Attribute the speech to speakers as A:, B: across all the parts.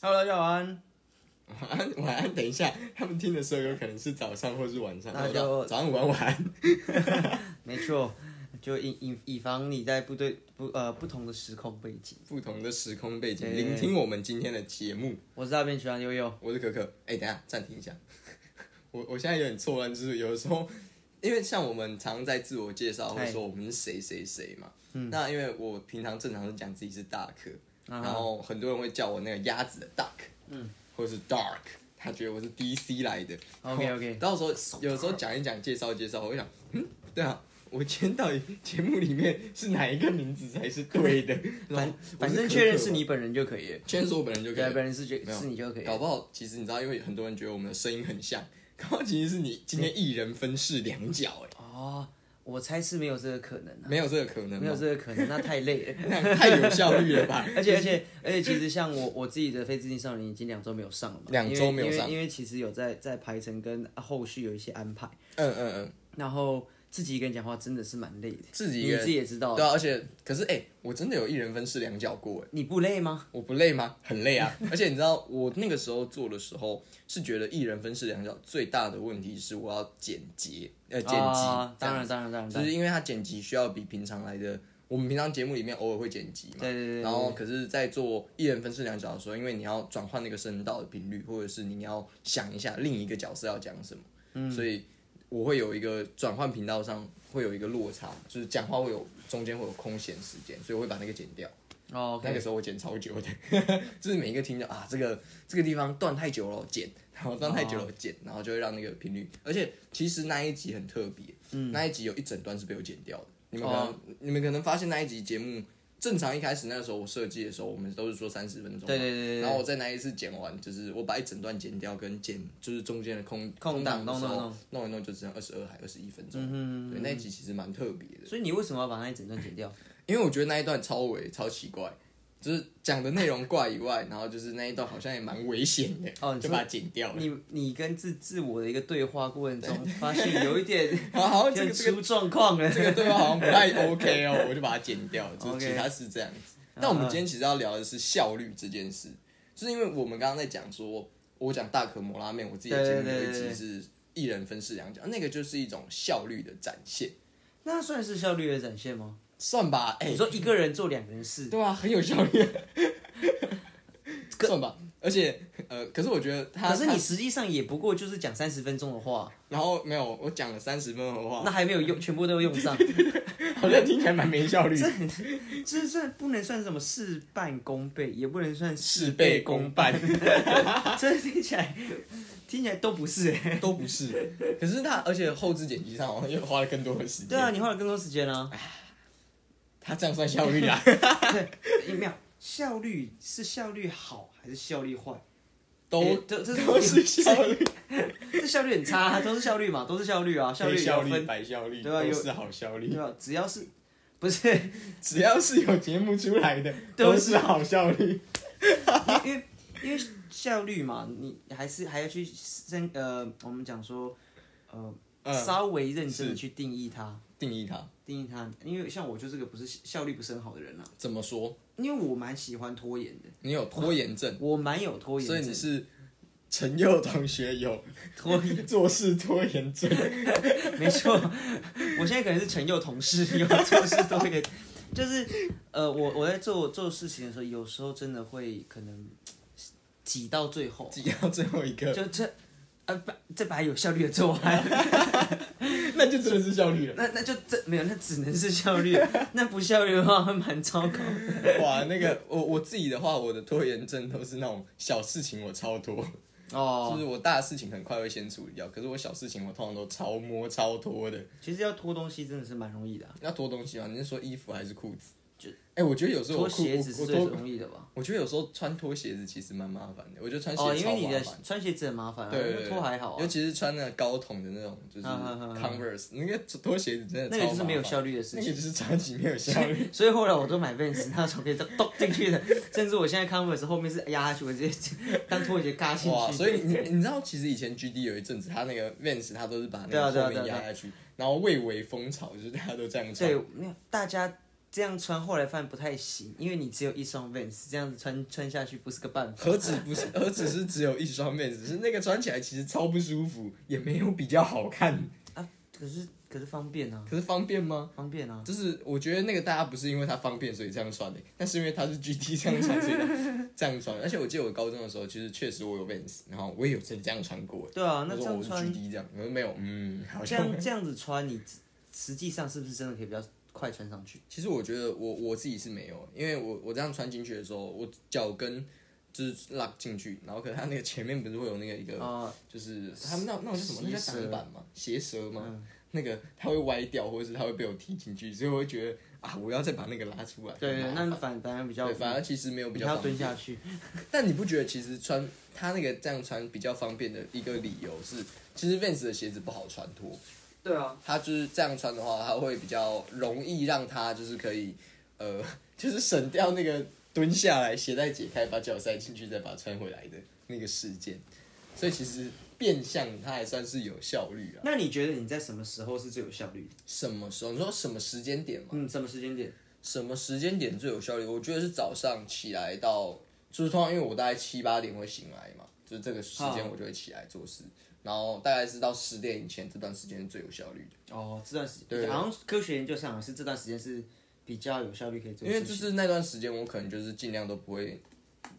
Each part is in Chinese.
A: Hello，大家晚安。
B: 晚安，晚安。等一下，他们听的时候有可能是早上或是晚上，
A: 那
B: 然后
A: 就
B: 早上晚晚安。
A: 没错，就以以以防你在不对不呃不同的时空背景。
B: 不同的时空背景，
A: 对
B: 聆听我们今天的节目。
A: 我是大便喜欢悠悠，
B: 我是可可。哎、等一下，暂停一下。 我我现在有点错乱，就是有的时候，因为像我们常在自我介绍会说我们是谁谁谁嘛。那因为我平常正常是讲自己是大可，
A: 嗯啊
B: 然后很多人会叫我那个鸭子的 duck，嗯，或是 dark，他觉得我是 DC 来的。
A: OK，OK
B: 然后到时候有时候讲一讲介绍介绍，我会想，嗯，对啊。我今天到底节目里面是哪一个名字才是对的？ 然后
A: 反反
B: 我
A: 正
B: 可可
A: 确认是
B: 嘛
A: 你，本人就可以了。
B: 确认是我本人就可以
A: 对，啊
B: 了。
A: 本人是觉
B: 没有
A: 是你就可以了。
B: 搞不好其实你知道，因为很多人觉得我们的声音很像，搞不好其实是你今
A: 嗯
B: 天一人分饰两角，哎，
A: 哦，我猜是没有这个可能啊，
B: 没有这个可能吗，
A: 没有这个可能，那太累了。？
B: 那太有效率了吧
A: 而且而且而且，其实像我我自己的《非自禁少年》已经两周没有上了嘛，
B: 两周没有
A: 因为因
B: 上
A: 为因为其实有在在排程跟后续有一些安排，
B: 嗯嗯嗯，
A: 然后自己一个人讲话真的是蛮累的，
B: 自己一
A: 你
B: 个
A: 自己也知道，
B: 对啊，而且可是哎、我真的有一人分饰两角过，哎，
A: 你不累吗？
B: 我不累吗？很累啊！ 而且你知道，我那个时候做的时候是觉得一人分饰两角最大的问题是我要剪辑，呃，剪辑、
A: 啊
B: 这样
A: 当然当然当然，
B: 就是因为它剪辑需要比平常来的，我们平常节目里面偶尔会剪辑嘛，
A: 对对对对
B: 然后可是，在做一人分饰两角的时候，因为你要转换那个声道的频率，或者是你要想一下另一个角色要讲什么，
A: 嗯
B: 所以我会有一个转换频道上会有一个落差，就是讲话会有当中间会有空闲时间，所以我会把那个剪掉。
A: 哦，OK，
B: 那个时候我剪超久的， 就是每一个听着啊，这个这个地方断太久了，我剪，然后断太久了我
A: 哦
B: 剪，然后就会让那个频率。而且其实那一集很特别，
A: 嗯
B: 那一集有一整段是被我剪掉的。你们可能、
A: 哦
B: 你们可能发现那一集节目正常一开始那个时候我设计的时候，我们都是说三十分钟嘛，
A: 对对对对
B: 然后我在那一次剪完，就是我把一整段剪掉，跟剪就是中间的空
A: 空档
B: 的时
A: 弄弄嗯
B: 候弄一弄，就只剩二十二还二十一分钟。对，那一集其实蛮特别的。
A: 所以你为什么要把那一整段剪 掉？
B: 因为我觉得那一段超伪、超奇怪，就是讲的内容怪以外，然后就是那一段好像也蛮危险的，
A: 哦你说
B: 就把它剪掉了。
A: 你你跟自自我的一个对话过程中，发现有一点
B: 好好，
A: 有
B: 这
A: 点
B: 个这个
A: 出状况了。
B: 这个对话好像不太 OK 哦，我就把它剪掉了。就是
A: OK
B: 其他是这样子。但我们今天其实要聊的是效率这件事，就是因为我们刚刚在讲说，我讲大可摩拉面，我自己的节目
A: 对对对
B: 有一
A: 对
B: 集是一人分饰两角，那个就是一种效率的展现，
A: 那算是效率的展现吗？
B: 算 吧？哎、
A: 你说一个人做两个人事，
B: 对啊，很有效率， 算吧。而且，呃，可是我觉得他，
A: 可是
B: 他
A: 你实际上也不过就是讲三十分钟的话，
B: 然后没有，我讲了三十分钟的话，
A: 那还没有 用，全部都用上，
B: 好像听起来蛮没效率。
A: 这算不能算什么事半功倍，也不能算
B: 事倍功半，
A: 半，这听起来听起来都不是、欸。
B: 都不是。可是他，而且后置剪辑上好像又花了更多的时间。
A: 对啊，，你花了更多时间啊。
B: 他这样算效率 啊？
A: 一秒效率是效率好还是效率坏？
B: 都
A: 欸这这
B: 都是效 率，
A: 这效率很差、啊都是效率嘛，都是效率啊，效率
B: 黑
A: 也
B: 效
A: 要
B: 率、
A: 分，
B: 白效率
A: 对啊
B: 都
A: 有
B: 是好效
A: 对
B: 率。
A: 吧？只要是不是
B: 只要是有节目出来的，
A: 都
B: 都
A: 是
B: 是好效率。
A: 因为因为效率嘛，你还是还要去深呃，我们讲说呃、
B: 嗯，
A: 稍微认真的去定义它，
B: 定义它
A: 定义它，因为像我就是个不是效率不是很好的人啊，
B: 怎么说？
A: 因为我蛮喜欢拖延的，
B: 你有拖延症，
A: 我蛮有拖延
B: 所
A: 症，
B: 以你是陈佑同学有
A: 拖延，
B: 做事拖 延症。
A: 没错，我现在可能是陈佑同事，有做事都会，就是呃，我我在做做事情的时候，有时候真的会可能挤到最后，
B: 挤到最后一个，
A: 就这啊，把这把有效率的做完，
B: 那就真的是效率了。
A: 那那就这没有，那只能是效率，那不效率的话会蛮糟糕。
B: 哇，那个我我自己的话，我的拖延症都是那种小事情我超拖，就
A: 哦，
B: 是我大的事情很快会先处理掉，可是我小事情我通常都超摸超拖的。
A: 其实要拖东西真的是蛮容易的啊、
B: 要拖东西吗？你是说衣服还是裤子？
A: 就
B: 哎、我觉得有时候我
A: 拖
B: 裤
A: 鞋子
B: 我
A: 是
B: 我
A: 最
B: 拖，
A: 容易的吧？
B: 我觉得有时候穿拖鞋子其实蛮麻烦的。我觉得穿
A: 哦，
B: 鞋
A: 因
B: 超
A: 为你
B: 麻
A: 的
B: 烦。
A: 穿鞋子很麻烦、啊，
B: 对对对，
A: 拖还好
B: 尤
A: 啊，
B: 其是穿那个高筒的那种，就是
A: 啊啊啊啊
B: Converse，那个拖鞋子真的
A: 那
B: 超
A: 个就是没有
B: 麻烦
A: 效率的事
B: 那
A: 情
B: 个。就是超级没有效率。
A: 所以后来我都买 Vans，那时 候可以咚进去的，甚至我现在 Converse 后面是压下去，我直接当拖鞋嘎进
B: 哇，
A: 去。
B: 所以你你知道，其实以前 G D 有一阵子，他那个 Vans 他都是把那
A: 对啊
B: 个
A: 对啊
B: 后
A: 对啊
B: 面压下去，然后蔚为风潮，就是大家都这样穿。
A: 对，没有大家这样穿后来发现不太行，因为你只有一双 Vans，这样子穿穿下去不是个办法。
B: 何止不是， 何止是只有一双面子，是那个穿起来其实超不舒服，也没有比较好看。
A: 可是可是方便啊，
B: 可是方便吗？
A: 方便啊，
B: 就是我觉得那个大家不是因为它方便所以这样穿的、但是因为它是 GT 这样穿，所以 它这样穿。而且我记得我高中的时候，其实确实我有 Vans，然后我也有真的这样穿过。
A: 对啊，那
B: 我
A: 这
B: 说
A: 样
B: 我是
A: 穿
B: GT 这样，我说没有，嗯，好
A: 这
B: 像。
A: 样这样子穿，你实际上是不是真的可以比较快穿上去？
B: 其实我觉得我我自己是没有，因为我我这样穿进去的时候，我脚跟就是 lock 进去，然后可能它那个前面不是会有那个一个，
A: 啊
B: 就是他们那那种叫什么？那叫
A: 斜蛇嗯
B: 挡板嘛，斜蛇嘛，那个它会歪掉，或者是它会被我踢进去，所以我会觉得啊，我要再把那个拉出来。
A: 对
B: 很麻
A: 对，
B: 烦
A: 那反反而比较
B: 对，反而其实没有比
A: 你
B: 较
A: 还要
B: 方便
A: 蹲下去，
B: 但你不觉得其实穿它那个这样穿比较方便的一个理由是，其实 Vans 的鞋子不好穿脱，
A: 对啊，
B: 它就是这样穿的话，它会比较容易让它就是可以，呃， 就是省掉那个蹲下来鞋带解开把脚塞进去再把它穿回来的那个事件，所以其实变相它还算是有效率啊。
A: 那你觉得你在什么时候是最有效率的？
B: 什么时候？你说什么时间点吗？
A: 嗯，什么时间点？
B: 什么时间点最有效率？我觉得是早上起来到，就是通常因为我大概七八点会醒来嘛，就是这个时间
A: 啊
B: 我就会起来做事，然后大概是到十点以前这段时间是最有效率的，
A: 哦，这段时
B: 对
A: 间，好像科学研究上是这段时间是比较有效率可以做
B: 因为
A: 事
B: 就
A: 情。
B: 是那段时间我可能就是尽量都不会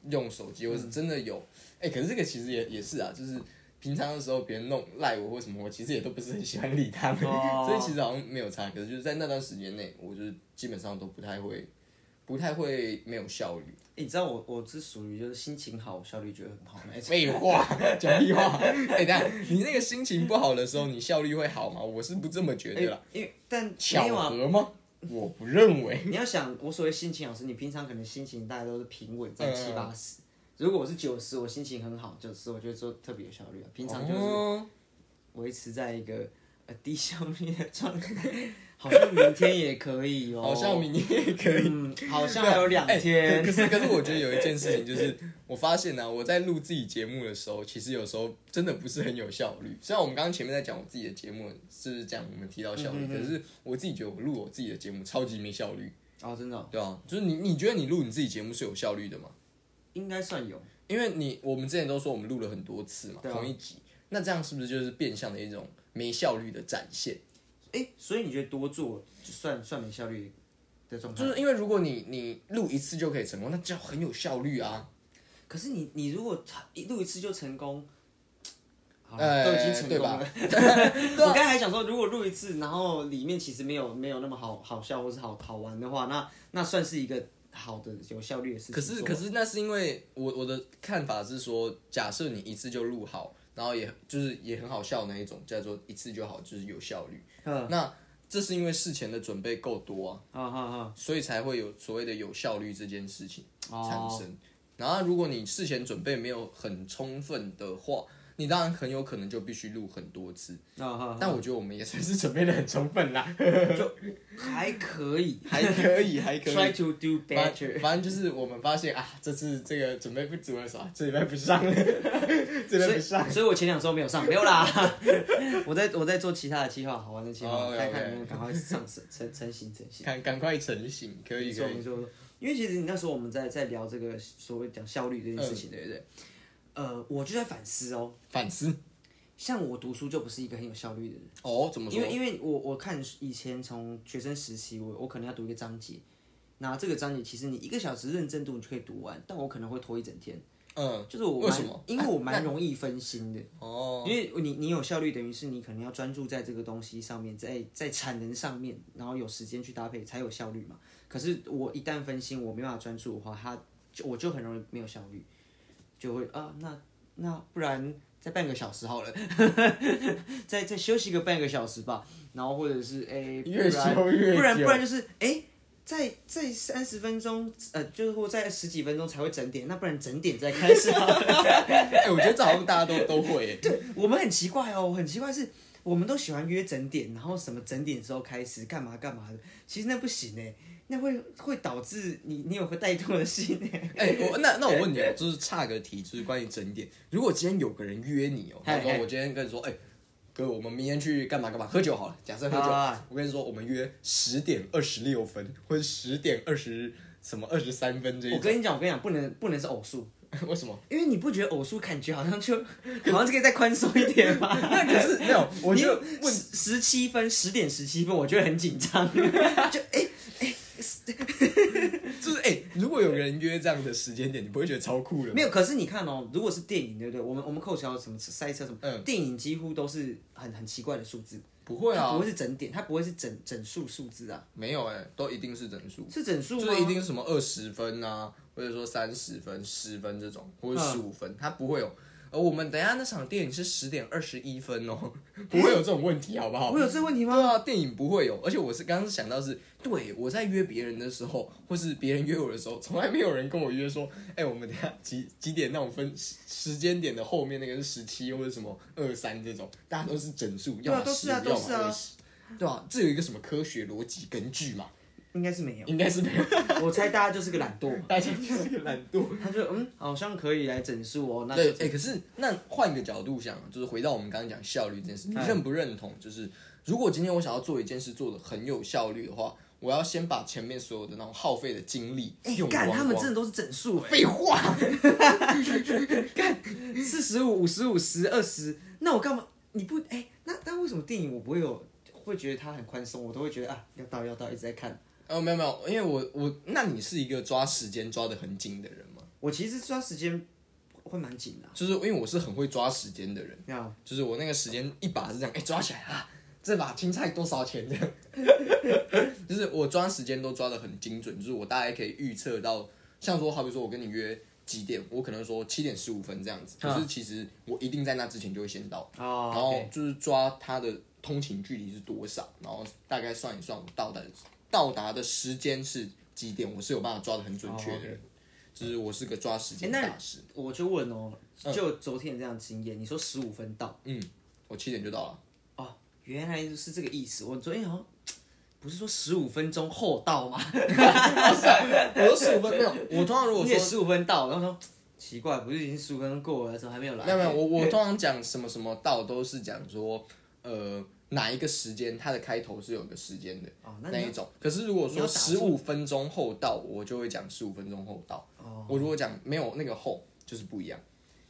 B: 用手机，或
A: 嗯
B: 是真的有，哎、可是这个其实也也是啊，就是。平常的时候，别人弄赖我或什么，我其实也都不是很喜欢理他们
A: 哦
B: 所以其实好像没有差。可是就是在那段时间内，我就是基本上都不太会，不太会没有效率。
A: 诶你知道我我是属于就是心情好，效率就会很好那一种。
B: 废话，讲 屁话。哎、等下，你那个心情不好的时候，你效率会好吗？我是不这么觉得啦。
A: 因为但没
B: 巧
A: 有啊，
B: 合吗？我不认为。
A: 你要想我所谓心情好是，你平常可能心情大家都是平稳在
B: 嗯
A: 七八十。如果我是九十，我心情很好，九十我觉得说特别有效率啊。平常就是
B: 哦
A: 维持在一个呃低效率的状态，好像明天也可以哦，
B: 好像明天也可以。
A: 嗯，好像还有两天。
B: 哎可可是可是，我觉得有一件事情就是， 我发现呢、啊，我在录自己节目的时候，其实有时候真的不是很有效率。虽然我们刚刚前面在讲我自己的节目是讲我们提到
A: 嗯
B: 效率，可是我自己觉得我录我自己的节目超级没效率，
A: 哦，真的哦、
B: 对啊，就是你你觉得你录你自己节目是有效率的吗？
A: 应该算有。
B: 因为你我们之前都说我们录了很多次嘛，
A: 对啊
B: 同一集，那这样是不是就是变相的一种没效率的展现？
A: 哎、所以你觉得多做就算算没效率的状态？
B: 就是因为如果你你录一次就可以成功，那叫很有效率啊。
A: 可是你你如果一录一次就成功，好了，
B: 哎
A: 都已经成
B: 对啊
A: 功
B: 吧
A: 了。 我刚才还想说，如果录一次，然后里面其实没有没有那么好好笑或是好好玩的话，那那算是一个好的有效率的事情。
B: 可是可是那是因为我我的看法是说，假设你一次就录好，然后也就是也很好笑那一种，叫做一次就好，就是有效率。
A: 嗯
B: 那这是因为事前的准备够多啊，
A: 啊哈哈，
B: 所以才会有所谓的有效率这件事情
A: 哦
B: 产生。然后，如果你事前准备没有很充分的话，你当然很有可能就必须录很多次。
A: 啊哈，
B: 但我觉得我们也算是准备的很充 分啦，
A: 还可以，
B: 还可以，还可以。
A: try to do
B: 反
A: better。
B: 反正就是我们发现啊，这次这个准备不足了，啥啊这礼拜不上了， 这礼拜
A: 所
B: 不
A: 以，
B: 上。
A: 所以我前两周没有上，没有啦。 我在我在做其他的计划，好玩的计
B: 哦
A: 划，
B: ，OK，
A: 看看
B: OK
A: 能不能赶快上 成成成型成型。
B: 赶赶快成型，可以
A: 没
B: 可
A: 错
B: 以。
A: 没错，没错因为其实你那时候我们在在聊这个所谓讲效率这件事
B: 嗯
A: 情，对不对？呃，我就在反思哦，
B: 反思
A: 像我读书就不是一个很有效率的人。
B: 哦，怎么说？
A: 因为因为我我看以前从学生时期，我我可能要读一个章节，那这个章节其实你一个小时认真读你就可以读完，但我可能会拖一整天。
B: 嗯，
A: 就是我
B: 为
A: 蛮
B: 什么？啊
A: 因为我蛮容易分心的，
B: 哦，
A: 因为你你有效率，等于是你可能要专注在这个东西上面，在在产能上面，然后有时间去搭配才有效率嘛。可是我一旦分心，我没办法专注的话，它就我就很容易没有效率，就会啊，那那不然再半个小时好了， 再再休息个半个小时吧，然后或者是哎，
B: 越
A: 不然
B: 休越久
A: 不然不然就是哎。再再三十分钟，呃，就是或再十几分钟才会整点，那不然整点再开 始好了。
B: 哎、我觉得这好像大家都都会耶。
A: 我们很奇怪哦，很奇怪是，我们都喜欢约整点，然后什么整点之后开始干嘛干嘛的，其实那不行哎，那会会导致你你有个怠惰的心哎。
B: 哎、 我那那我问你哦，就是差个题，就是关于整点。如果今天有个人约你哦，他
A: 嗨
B: 说
A: 嗨
B: 我今天跟你说，哎、哥，我们明天去干嘛干嘛喝酒好了。假设喝酒，
A: 好
B: 我跟你说，我们约十点二十六分，或者十点二十什么二十三分这一
A: 我
B: 种。
A: 跟你讲，我跟你讲，不能不能是偶数，
B: 为什么？
A: 因为你不觉得偶数感觉好像 就好像就可以再宽松一点 吗？
B: 那可是没有，我觉得
A: 十十七分，十点十七分，我觉得很紧张，就哎
B: 就是哎、如果有个人约这样的时间点，你不会觉得超酷的吗？
A: 没有。可是你看哦，如果是电影，对不对？我们我们扣除掉什么塞车什么，
B: 嗯
A: 电影几乎都是很很奇怪的数字，
B: 不会
A: 它
B: 啊
A: 不，会是整点，它不会是整整数数字啊，
B: 没有哎、都一定是整数，
A: 是整数
B: 就
A: 吗？
B: 是一定是什么二十分啊，或者说三十分、十分这种，或者
A: 嗯
B: 十五分，它不会有。而我们等一下那场电影是十点二十一分哦， 不会有这种问题，好不好？
A: 我有这个问题吗？
B: 对啊，电影不会有，而且我是刚刚想到是，对我在约别人的时候，或是别人约我的时候，从来没有人跟我约说，哎、我们等一下几几点那种分时时间点的后面那个是十七或者什么二三这种，大家都是整数，
A: 对
B: 要
A: 啊
B: 么
A: 都
B: 十
A: 是啊
B: 五，要
A: 都是啊
B: 么二十，对啊，这有一个什么科学逻辑根据嘛？
A: 应该是没有，
B: 应该是没有，
A: 我猜大家就是个懒 惰嘛，
B: 大家就是个懒惰。
A: 他就嗯，好像可以来整数哦，那就
B: 对，哎、可是那换一个角度想，就是回到我们刚刚讲效率这件事，你
A: 嗯
B: 认不认同？就是如果今天我想要做一件事做的很有效率的话，我要先把前面所有的那种耗费的精力
A: 哎
B: 用光
A: 干，
B: 光。
A: 他们真的都是整数哎、
B: 废 话，
A: 四十五、五十五、十、二十，那我干嘛？你不哎、那那为什么电影我不会有会觉得它很宽松？我都会觉得啊，要到要到，一直在看。
B: 哦，没有没有，因为我我那你是一个抓时间抓的很紧的人吗？
A: 我其实抓时间会蛮紧的、
B: 就是因为我是很会抓时间的人，
A: 啊，
B: 就是我那个时间一把是这样，哎、抓起来啊，这把青菜多少钱的？ 就是我抓时间都抓的很精准，就是我大概可以预测到，像说好比说我跟你约几点，我可能说七点十五分这样子，可是其实我一定在那之前就会先到，
A: 嗯哦
B: 然后就是抓它的通勤距离是多少，然后大概算一算我到达到达的时间是几点，我是有办法抓的很准确的人，就是我是个抓时间
A: 哦哎那
B: 大师，
A: 我就问哦，就昨天这样的经验，你说十五分到
B: 嗯，我七点就到了。
A: 哦，原来是这个意思。我昨天好像不是说十五分钟后到吗？
B: 我说十五分没有，我通常如果
A: 你也
B: 说
A: 十五分到，然后说奇怪，不是已经十五分钟过了，怎么还没有来？
B: 没有没有，我我通常讲什么什么到都是讲说，呃，哪一个时间它的开头是有个时间的、
A: 哦那
B: 那一种。可是如果
A: 你要
B: 说
A: 打
B: 十
A: 出
B: 五分钟后到，我就会讲十五分钟后到。
A: 哦
B: 我如果讲没有那个后，就是不一样。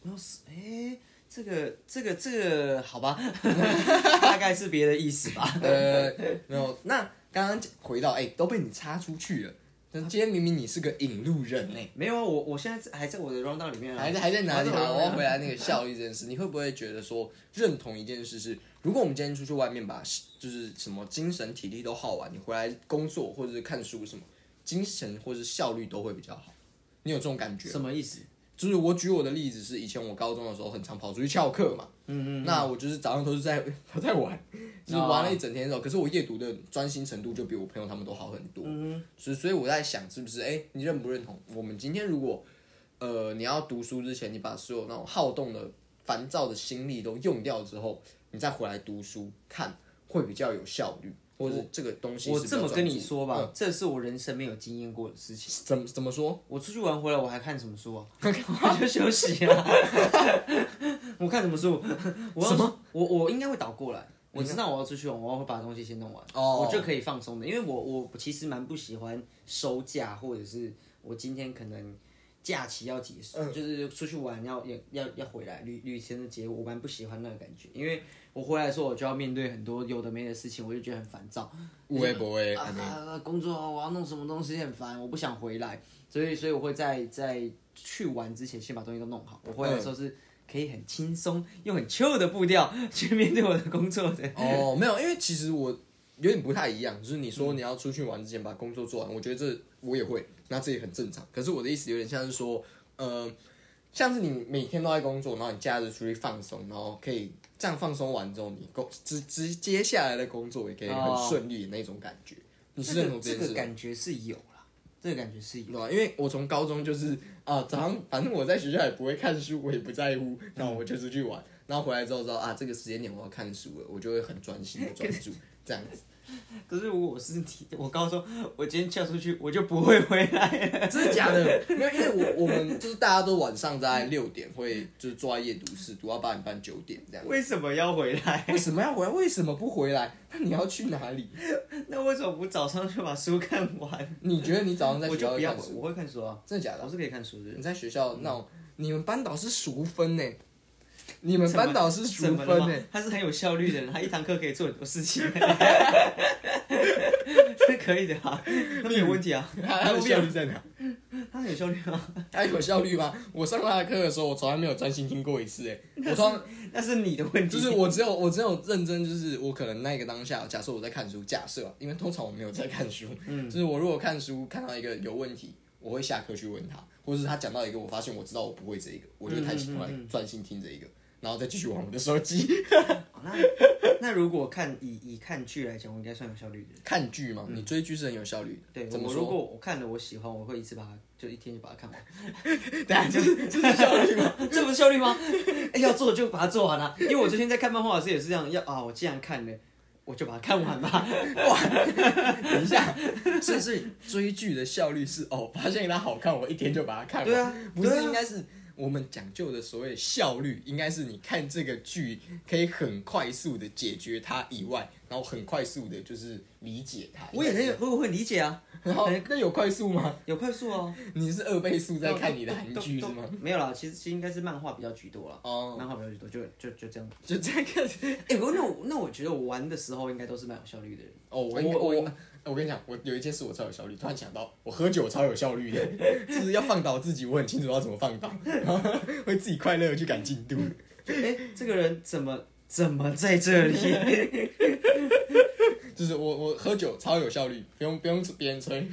A: 然后是哎、这个这个这个好吧， 大概是别的意思吧。
B: 呃，没有。那刚刚回到哎、都被你插出去了。那今天明明你是个引路人呢、
A: 没有啊，我我现在还在我的 round down 里面啊，
B: 还在还在哪里
A: 我还在
B: 好，
A: 我的 round
B: 我要
A: down
B: 回来那个效率这件事，你会不会觉得说认同一件事是，如果我们今天出去外面把就是什么精神体力都耗完，你回来工作或者是看书什么，精神或是效率都会比较好。你有这种感觉吗？
A: 什么意思？
B: 就是我举我的例子是，以前我高中的时候很常跑出去翘课嘛，嗯嗯，那我就是早上都是在都在玩，就是玩了一整天
A: 哦
B: 之后，可是我夜读的专心程度就比我朋友他们都好很多，嗯，所以所以我在想是不是，哎、你认不认同？我们今天如果，呃，你要读书之前，你把所有那种好动的、烦躁的心力都用掉之后，你再回来读书看，会比较有效率，或者是这个东西
A: 我
B: 是比
A: 这
B: 较
A: 么跟你
B: 专注嗯
A: 说吧，这是我人生没有经验过的事情。
B: 怎么怎么说？
A: 我出去玩回来，我还看什么书 啊？我就休息啊。 我看什么书？我什么？我我应该会倒过来。我知道我要出去玩，我要会把东西先弄完，
B: 哦
A: 我就可以放松的。因为我我其实蛮不喜欢收假，或者是我今天可能假期要结束，
B: 嗯
A: 就是出去玩要要要要回来旅旅程的结果，我蛮不喜欢那个感觉。因为我回来的时候，我就要面对很多有的没的事情，我就觉得很烦躁。
B: 不会不会，
A: 啊啊，工作我要弄什么东西很烦，我不想回来，所以所以我会在在去玩之前先把东西都弄好。我回来的时候是可以很轻松用很 chill 的步调去面对我的工作的。
B: 哦，没有，因为其实我有点不太一样，就是你
A: 嗯
B: 说你要出去玩之前把工作做完，我觉得这我也会，那这也很正常。可是我的意思有点像是说，呃，像是你每天都在工作，然后你假日出去放松，然后可以这样放松完之后，你工直直接下来的工作也可以很顺利的那种感觉。你是
A: 哦这
B: 认
A: 个
B: 同
A: 这
B: 件事
A: 个
B: 吗？
A: 感觉是有啦，这个感觉是有。
B: 对啊，因为我从高中就是啊，早上反正我在学校也不会看书，我也不在乎，然后我就出去玩，然后回来之后知道啊，这个时间点我要看书了，我就会很专心的专注这样子。
A: 可是如果我是你，我告诉说我今天跳出去，我就不会回来了。
B: 真的假的？没有，因为我我们就是大家都晚上在六点会就是坐在夜读室读到八点半九点这样。
A: 为什么要回来？
B: 为什么要回来？为什么不回来？ 那你要去哪里？
A: 那为什么不早上就把书看完？
B: 你觉得你早上在
A: 我
B: 学
A: 就
B: 校
A: 不
B: 会
A: 要
B: 看，书？
A: 我会看书啊，
B: 真的假的
A: 我？是可以看书的。
B: 你在学校那种，你们班导是淑芬呢、你们班导 是淑
A: 怎么了
B: 芬
A: 吗
B: 呢、？
A: 他是很有效率的人，他一 堂课可以做很多事 情，是可以的啊，那没有问题啊，
B: 他的效率在哪？
A: 他很有效率啊，
B: 他有效率吗？我上他的课的时候，我从来没有专心听过一次、欸，我从
A: 那是你的问题。
B: 就是我只有我只有认真，就是我可能那个当下，假设我在看书，假设啊，因为通常我没有在看书，嗯，就是我如果看书看到一个有问题，我会下课去问他，或者是他讲到一个我发现我知道我不会这一个，我就太
A: 嗯
B: 喜欢专心听这一个，然后再继续玩我的手机
A: 那那如果看以以看剧来讲，我应该算有效率的。
B: 看剧嘛。你追剧是很有效率的，
A: 对，
B: 怎么
A: 我
B: 说
A: 如？果我看了我喜欢，我会一次把它就一天就把它看 完。
B: 对啊，就是这是效率嘛。
A: 这不是效率吗？哎要做就把它做完啦、因为我最近在看漫画的时候也是这样，要啊，我既然看了，我就把它看完 吧。
B: 等一下，所以所以追剧的效率是哦，发现它好看，我一天就把它看完。
A: 对啊
B: 不是
A: 对啊
B: 应该是我们讲究的所谓效率，应该是你看这个剧可以很快速的解决它以外，然后很快速的就是理解它。
A: 我也很有，我会理解啊，
B: 然后那有快速吗？
A: 有快速哦。
B: 你是二倍速在 看你的韩剧是吗？？
A: 没有啦，其实其实应该是漫画比较居多啦。
B: 哦
A: 漫画比较居多，就就就这样。
B: 就这样看。
A: 哎、我那我那我觉得我玩的时候应该都是蛮有效率的人。
B: 哦，我
A: 我
B: 我我我跟你讲，我有一件事我超有效率，突然想到，我喝酒超有效率的， 就是要放倒自己，我很清楚要怎么放倒，然后会自己快乐地去赶进度。
A: 就哎、这个人怎么怎么在这里？
B: 就是我我喝酒超有效率，不用不用别人催，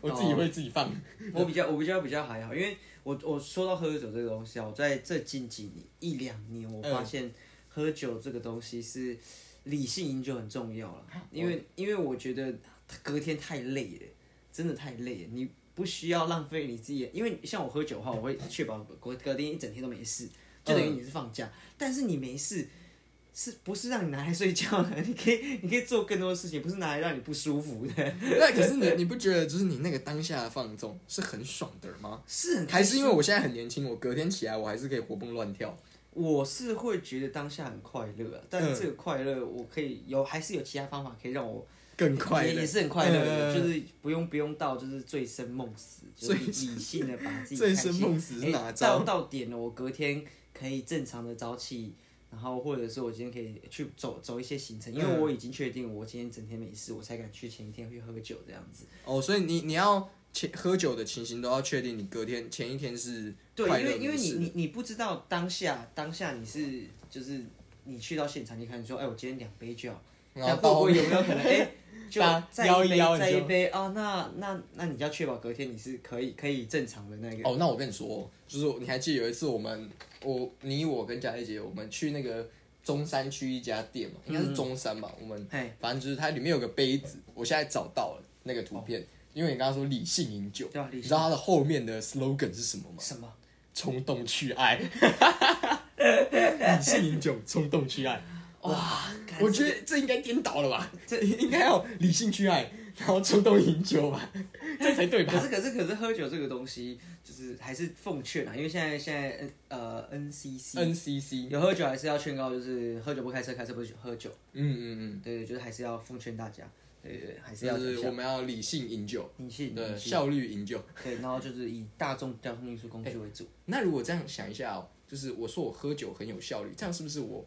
B: 我自己会自己放。
A: 我比较我比较比较还好，因为我我说到喝酒这个东西啊，我在这近几年一两年，我发现喝酒这个东西是理性饮酒很重要了，因为因为我觉得隔天太累了，真的太累了，你不需要浪费你自己的，因为像我喝酒的话，我会确保隔隔天一整天都没事，就等于你是放假，但是你没事。是不是让你拿来睡觉的？ 你可以，你可以做更多的事情，不是拿来让你不舒服的。
B: 那可是你你不觉得就是你那个当下的放纵是很爽的吗？
A: 是很开
B: 还
A: 心
B: 是因为我现在很年轻，我隔天起来我还是可以活蹦乱跳。
A: 我是会觉得当下很快乐、啊，但
B: 嗯
A: 这个快乐我可以有，还是有其他方法可以让我
B: 更快乐
A: 也也是很快乐的，
B: 嗯
A: 就是不用不用到就是醉生梦死，就是理理性的把自己
B: 醉
A: 开
B: 生
A: 心
B: 梦死是
A: 诶
B: 哪招
A: 到到点了，我隔天可以正常的早起，然后或者是我今天可以去走走一些行程，因为
B: 嗯
A: 我已经确定我今天整天没事，我才敢去前一天去喝酒这样子。
B: 哦，所以你你要前喝酒的情形都要确定，你隔天前一天是
A: 对，
B: 快
A: 因
B: 乐
A: 为因为
B: 无
A: 你
B: 事
A: 你你不知道当下当下你是就是你去到现场，你可能说，哎、我今天两杯就好，
B: 然后
A: 那会
B: 到
A: 不
B: 后
A: 会有
B: 面
A: 没有可能， 哎、就
B: 大家
A: 再
B: 邀
A: 一
B: 一
A: 杯
B: 邀
A: 再
B: 你
A: 一
B: 就
A: 杯哦，那那那你要确保隔天你是可以可以正常的那个，
B: 哦，那我跟你说，就是你还记得有一次我们，我你我跟佳丽姐，我们去那个中山区一家店嘛，应该是中山吧，我们
A: 嗯嘿
B: 反正就是它里面有个杯子，我现在找到了那个图片，因为你刚刚说理性饮酒，
A: 对啊理性
B: 你知道它的后面的 slogan 是什么吗？
A: 什么？
B: 冲动去 爱，理性饮酒，冲动去爱。
A: 哇，干
B: 我觉
A: 这
B: 得这应该颠倒了吧？这应该要理性去爱，然后冲动饮酒吧，这才对吧？
A: 可是可是可是喝酒这个东西，就是还是奉劝啊，因为现在现在呃 NCC
B: NCC，
A: 有喝酒还是要劝告，就是喝酒不开车，开车不喝酒，
B: 嗯嗯嗯，
A: 对对，就是还是要奉劝大家，对对对，还是
B: 就
A: 要
B: 是
A: 讲一下
B: 我们要理性饮酒，
A: 理性
B: 对，
A: 理性
B: 效率饮酒。
A: 对，然后就是以大众交通运输工
B: 哎
A: 具为主。
B: 那如果这样想一下哦，就是我说我喝酒很有效率，这样是不是我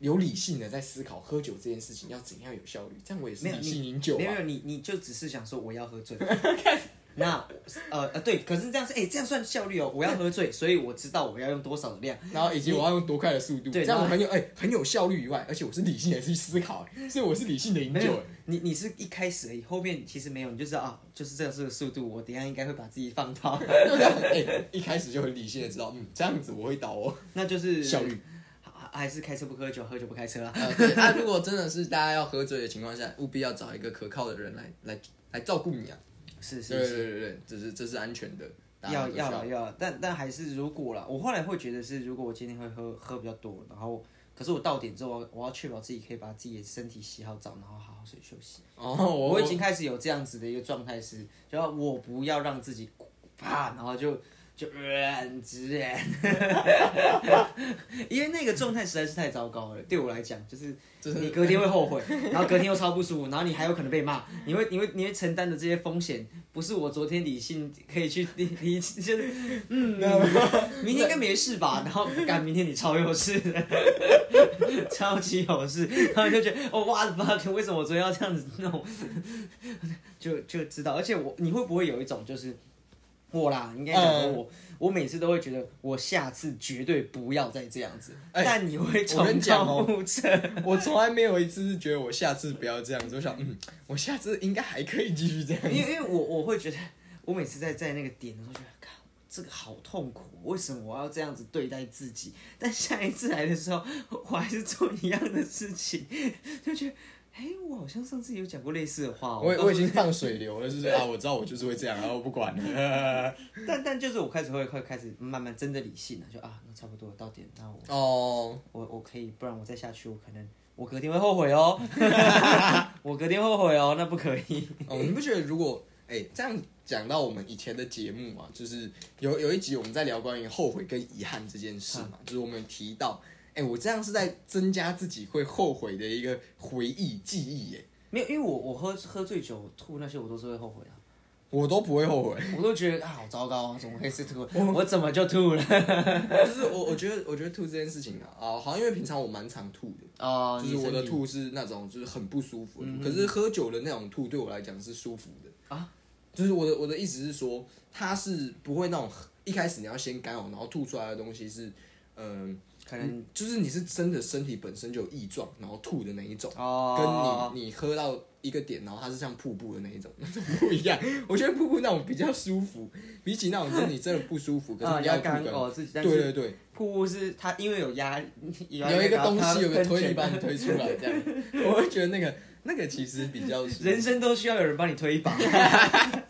B: 有理性的在思考喝酒这件事情要怎样有效率？这样我也是
A: 没有
B: 理
A: 你
B: 性饮酒
A: 没有
B: 啊
A: 没。有，你你就只是想说我要喝 醉。那呃呃对，可是这样是哎、这样算效率哦。我要喝醉，所以我知道我要用多少的量。
B: 然后以及我要用多快的速度，
A: 对
B: 这样我
A: 然后
B: 很有哎、很有效率以外，而且我是理性的去思考，所以我是理性的饮
A: 没
B: 酒啊
A: 有。，你你是一开始而已，后面其实没有，你就知道啊，就是这样是个速度，我等一下应该会把自己放到，
B: 对不对？哎、一开始就很理性的知道，嗯，这样子我会倒哦。
A: 那就是
B: 效率。
A: 还还是开车不喝酒，喝酒不开车啊。
B: 呃，对，那、如果真的是大家要喝醉的情况下，务必要找一个可靠的人来来来照顾你啊。
A: 是
B: 对
A: 是
B: 对
A: 是，
B: 对对，这是这是安全的。大
A: 要
B: 家都需
A: 要了要了，但但还是如果啦，我后来会觉得是，如果我今天会喝喝比较多，然后可是我到点之后，我要确保自己可以把自己的身体洗好澡，然后好好睡休息。
B: 哦，
A: 我
B: 我
A: 已经开始有这样子的一个状态是，就要我不要让自己啪，然后就就忍直忍， 因为那个状态实在是太糟糕了，对我来讲就是
B: 就是
A: 你隔天会后悔，然后隔天又超不舒服，然后你还有可能被骂，你会你会你会承担的这些风险，不是我昨天理性可以去理理就是嗯， 明天应该没事吧？然后赶明天你超有事， 超级有事，然后你就觉得哦哇 fuck，为什么我昨天要这样子弄？ 就就知道，而且我你会不会有一种就是我啦，应该讲
B: 嗯
A: 说我。我每次都会觉得，我下次绝对不要再这样子。
B: 哎
A: 但你会
B: 我跟
A: 重
B: 你讲
A: 蹈
B: 哦
A: 覆辙，
B: 我从来没有一次是觉得我下次不要这样子，我想，嗯，我下次应该还可以继续这样子。
A: 因为因为我我会觉得，我每次在在那个点的时候，觉得，靠，这个好痛苦，为什么我要这样子对待自己？但下一次来的时候，我还是做一样的事情，就觉得，哎、我好像上次有讲过类似的话、哦。
B: 我我已经放水流了，就是啊，我知道我就是会这样，然后我不管了。
A: 哦但但就是我开始会会开始慢慢真的理性了，就啊，那差不多到点，那我
B: 哦，
A: 我我可以，不然我再下去，我可能我隔天会后悔哦， 我隔天后悔哦，那不可以。
B: 哦，你不觉得如果哎、这样讲到我们以前的节目啊，就是有有一集我们在聊关于后悔跟遗憾这件事嘛，就是我们提到，哎、我这样是在增加自己会后悔的一个回忆记忆，哎，
A: 没有，因为我我喝喝醉酒吐那些，我都是会后悔啊的。
B: 我都不会后悔。
A: 我都觉得啊，好糟糕，怎么会是 吐？我怎么就吐了？
B: 就是我我觉得我觉得吐这件事情啊，啊，好像因为平常我蛮常吐的。
A: 哦，
B: 就是我的
A: 你身体嗯
B: 吐是那种就是很不舒服的吐，可是喝酒的那种吐对我来讲是舒服的
A: 啊。
B: 就是我的我的意思是说，它是不会那种一开始你要先干呕，然后吐出来的东西是，嗯、
A: 可能
B: 就是你是真的身体本身就有异状，然后吐的那一种，
A: 哦，
B: 跟你你喝到一个点，然后它是像瀑布的那一种， 那种不一样。我觉得瀑布那种比较舒服，比起那种真的你真的不舒服，可是
A: 啊
B: 你要
A: 要
B: 吐
A: 干
B: 干
A: 呕自己，但
B: 对
A: 是
B: 对对，
A: 瀑布是它因为有压，
B: 有一个东西，有个推力
A: 吧。
B: 把你推出来，这样，我会觉得那个那个其实比较 是
A: 人生都需要有人帮你推一把。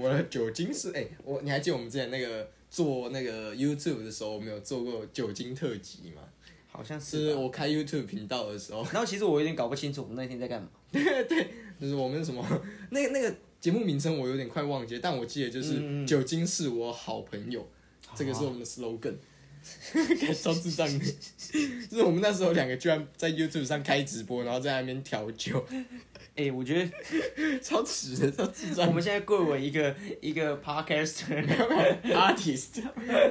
B: 我的酒精是哎、我你还记得我们之前那个做那个 YouTube 的时候，我们有做过酒精特辑吗？
A: 好像
B: 是
A: 是吧。
B: 我开 YouTube 频道的时候，
A: 然后其实我有点搞不清楚我们那天在干嘛。
B: 就是我们什么那那个节目名称我有点快忘记了，但我记得就是、
A: 嗯嗯
B: 酒精是我好朋友，这个是
A: 哦
B: 我们的 slogan。感超智障的，就是我们那时候两个居然在 YouTube 上开直播，然后在那边调酒，
A: 哎，我觉
B: 超耻的，超智
A: 得
B: 障
A: 我。们现在贵为一个一个 podcaster，
B: artist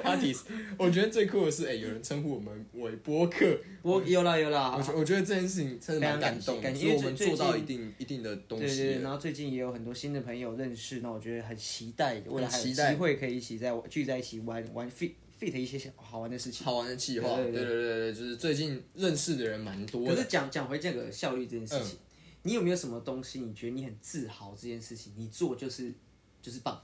B: artist，我觉得最酷的是，哎、有人称呼我们为播客，
A: 我有啦有
B: 我
A: 啦。
B: 觉我觉得这件事情真的蛮感动
A: 啊非常感
B: 的，
A: 谢
B: 所以我们
A: 因为最
B: 做到
A: 最
B: 一定一定的东
A: 对
B: 西了，
A: 对对，然后最近也有很多新的朋友认识，那我觉得很期待，未来还有
B: 很
A: 机
B: 期待
A: 会可以一起在聚在一起玩玩 fit fit 一些小好玩的事情。
B: 好玩的计划，
A: 对对
B: 对对对对，就是最近认识的人蛮多
A: 可
B: 的。嗯
A: 是讲讲回这个效率这件事情，你有没有什么东西你觉得你很自豪这件事情，你做就是就是棒，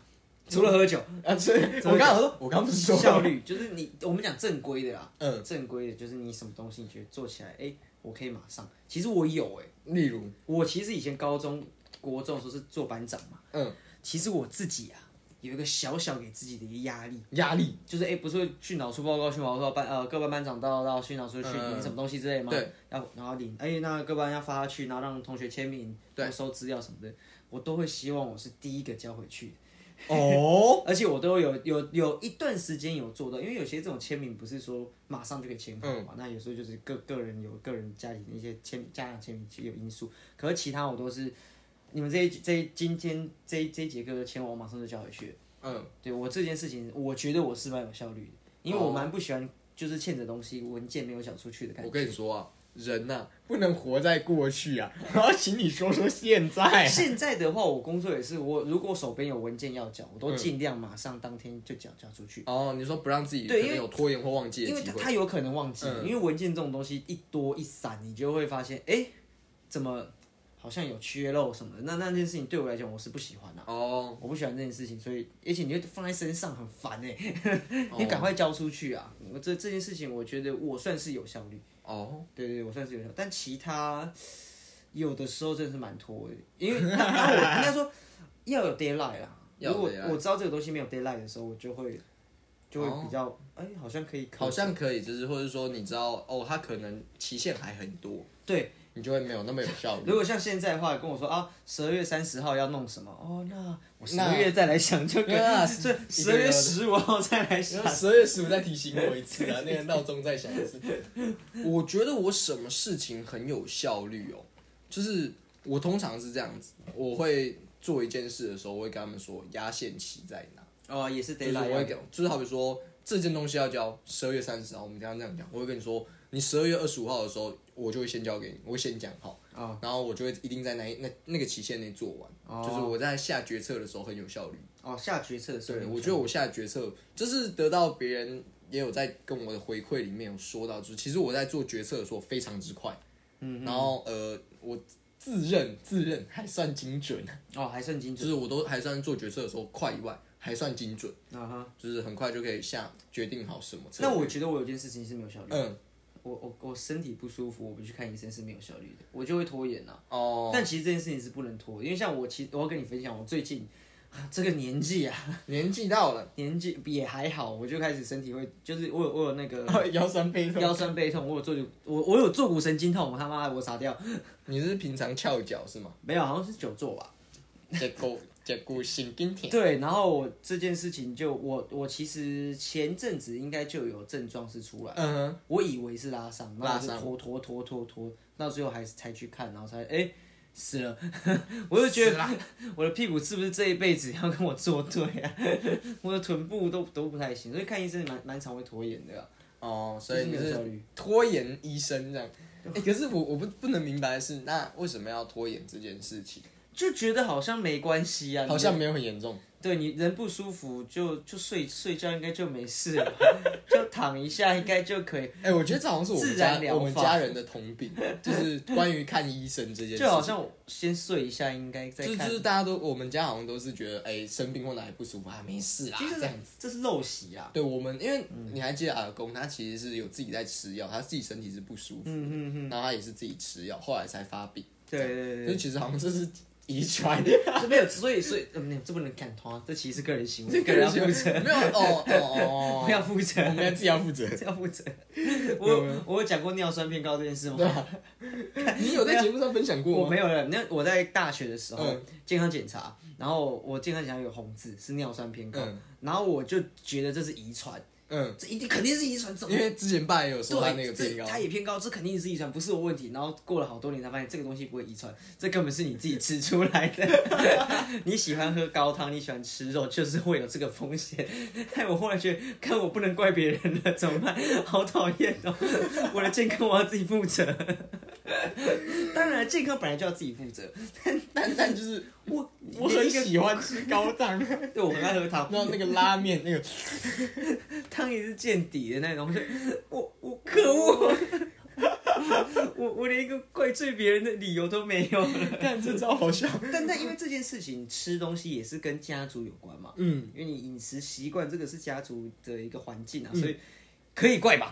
A: 除了 喝酒，
B: 啊，所以我刚刚说，我刚刚不是说
A: 效，率就是你我们讲正规的啦，
B: 嗯，
A: 正规的就是你什么东西你觉得做起来，哎、我可以马上。其实我有哎、
B: 例如，
A: 我其实以前高中国中的时候是做班长嘛，
B: 嗯，
A: 其实我自己啊有一个小小给自己的一个压力。
B: 压力，
A: 就是哎、诶不是会训导处报告，训导处报告班呃各班班长到到训导处去
B: 嗯
A: 领什么东西之类吗？
B: 对，
A: 要然后领哎、那各班要发去，然后让同学签名，
B: 对
A: 或收资料什么的，我都会希望我是第一个交回去，
B: 哦，
A: 而且我都有有有一段时间有做到，因为有些这种签名不是说马上就可以签好嘛，
B: 嗯
A: 那有时候就是个个人有个人家里的一些签家长签名有因素，可是其他我都是你们这一这一今天这一这一节课签完，我马上就交回去了。
B: 嗯，
A: 对我这件事情，我觉得我是蛮有效率的，因为我
B: 哦
A: 蛮不喜欢就是欠着东西文件没有缴出去的感
B: 我
A: 觉。
B: 跟你说啊，人呐、不能活在过去啊， 然后请你说说现在。
A: 现在的话，我工作也是，我如果手边有文件要缴，我
B: 嗯
A: 都尽量马上当天就缴交出去，
B: 哦，你说不让自己可
A: 对因为
B: 能有拖延或忘记的
A: 因为
B: 机
A: 他
B: 会，
A: 他有可能忘记，
B: 嗯
A: 因为文件这种东西一多一散，你就会发现，哎、怎么好像有缺漏什么的。那那件事情对我来讲，我是不喜欢的、
B: 哦，
A: 我不喜欢这件事情，所以而且你会放在身上很烦哎、
B: 哦
A: 你赶快交出去啊！我这这件事情，我觉得我算是有效率。
B: 哦，
A: 对对，对我算是有效，但其他有的时候真的是蛮拖的，因为当我应该说要有 deadline 啦。
B: 要有
A: 如果
B: deadline
A: 我知道这个东西没有 deadline 的时候，我就会就
B: 哦
A: 会比较哎、好像可以考。
B: 好像可以，就是或者说你知道哦，它可能期限还很多，
A: 对，
B: 你就会没有那么有效率。
A: 如果像现在的话，跟我说啊，十二月三十号要弄什么？哦，那我十
B: 那
A: 二月再来想 就可以
B: 对啊
A: 了。这十二月十五号再来想。
B: 十二月十五再提醒我一次啊，那个闹钟再响一次。我觉得我什么事情很有效率哦，就是我通常是这样子，我会做一件事的时候，我会跟他们说压线期在哪，
A: 哦，也是
B: 就
A: 得
B: 是
A: 来
B: 我会给，就是好比说这件东西要交十二月三十号，我们刚刚这样讲，我会跟你说，你十二月二十五号的时候，我就会先交给你，我会先讲好，
A: 哦
B: 然后我就会一定在那一那那个期限内做完，
A: 哦
B: 就是我在下决策的时候很有效率。
A: 哦，下决策的时
B: 对，
A: 候，
B: 我觉得我下的决策就是得到别人也有在跟我的回馈里面有说到，就是其实我在做决策的时候非常之快，嗯，然后呃，我自认自认还算精准，
A: 哦还算精
B: 就
A: 准。
B: 是我都还算做决策的时候快以外，还算精准，
A: 啊哈，
B: 就是很快就可以下决定好什么策略。
A: 那我觉得我有件事情是没有效率的。
B: 嗯
A: 我我我身体不舒服，我不去看医生是没有效率的，我就会拖延啊。
B: 哦，
A: 但其实这件事情是不能拖，因为像我其我要跟你分享，我最近啊这个年纪啊，
B: 哦年纪到了，
A: 年纪也还好，我就开始身体会，就是我有我有那个
B: 腰酸背痛，
A: 腰酸背痛，我有坐骨，我我有坐骨神经痛，我他妈的我傻掉，
B: 你是平常翘脚是吗？
A: 没有，好像是久坐吧。
B: 结果结果神经疼，
A: 对，然后我这件事情就我我其实前阵子应该就有症状是出来，
B: 嗯哼，
A: 我以为是拉伤，
B: 拉
A: 然后
B: 伤
A: 就拖拖拖拖拖，到最后还是才去看，然后才哎死了， 我就觉得
B: 死啦
A: 我的屁股是不是这一辈子要跟我作对啊？ 我的臀部都都不太行，所以看医生蛮蛮常会拖延的、啊，
B: 哦，所
A: 就
B: 以你
A: 是没
B: 是
A: 有效率。
B: 拖延医生这样。哎、可是我我不不能明白的是，那为什么要拖延这件事情？
A: 就觉得好像没关系啊，
B: 好像没有很严重。
A: 对你人不舒服就就睡睡觉应该就没事了， 就躺一下应该就可以，
B: 哎、我觉得这好像是我们
A: 自然
B: 家
A: 疗法
B: 我们家人的通病，就是关于看医生这件 事情。
A: 就好像我先睡一下应该再
B: 就
A: 看。
B: 就是大家都我们家好像都是觉得，哎、生病或哪里不舒服啊，没事啊
A: 其实
B: 这样。
A: 这是陋习啦，
B: 啊对我们，因为你还记得阿公，他其实是有自己在吃药，他自己身体是不舒服，
A: 嗯嗯嗯，
B: 然后他也是自己吃药，后来才发病。
A: 对对
B: 就
A: 对
B: 是其实好像这是遗传，
A: 对，这没有，所以所以嗯，这不能感同 啊，这其实是个人行为，个人要负责，
B: 没有哦哦
A: 我要负责
B: 哦，我，们要自己要负责。
A: 要负责。 嗯啊我我有讲过尿酸偏高这件事吗？
B: 你有在节目上分享过
A: 我
B: 吗？
A: 没有了。那我在大学的时候、
B: 嗯
A: 健康检查，然后我健康检查有红字是尿酸偏高，
B: 嗯
A: 然后我就觉得这是遗传，
B: 嗯，
A: 这一定肯定是遗传，怎么
B: 因为之前爸也有说他那
A: 对，
B: 个
A: 这
B: 病高，
A: 它也偏高，这肯定是遗传，不是我问题。然后过了好多年才发现，这个东西不会遗传，这根本是你自己吃出来的。 你喜欢喝高汤，你喜欢吃肉，就是会有这个风险。害我后来觉得，看我不能怪别人了，怎么办？好讨厌哦！我的健康我要自己负责。 当然，健康本来就要自己负责。
B: 但但就是
A: 我
B: 我很喜欢吃高 档，然
A: 对我很爱喝汤，
B: 后那个拉面那个，
A: 汤也是见底的那种，我就 我我可恶， 我我连一个怪罪别人的理由都没有了。
B: 看这招好笑。
A: 但但因为这件事情，吃东西也是跟家族有关嘛，
B: 嗯，
A: 因为你饮食习惯这个是家族的一个环境啊，所以可以怪吧？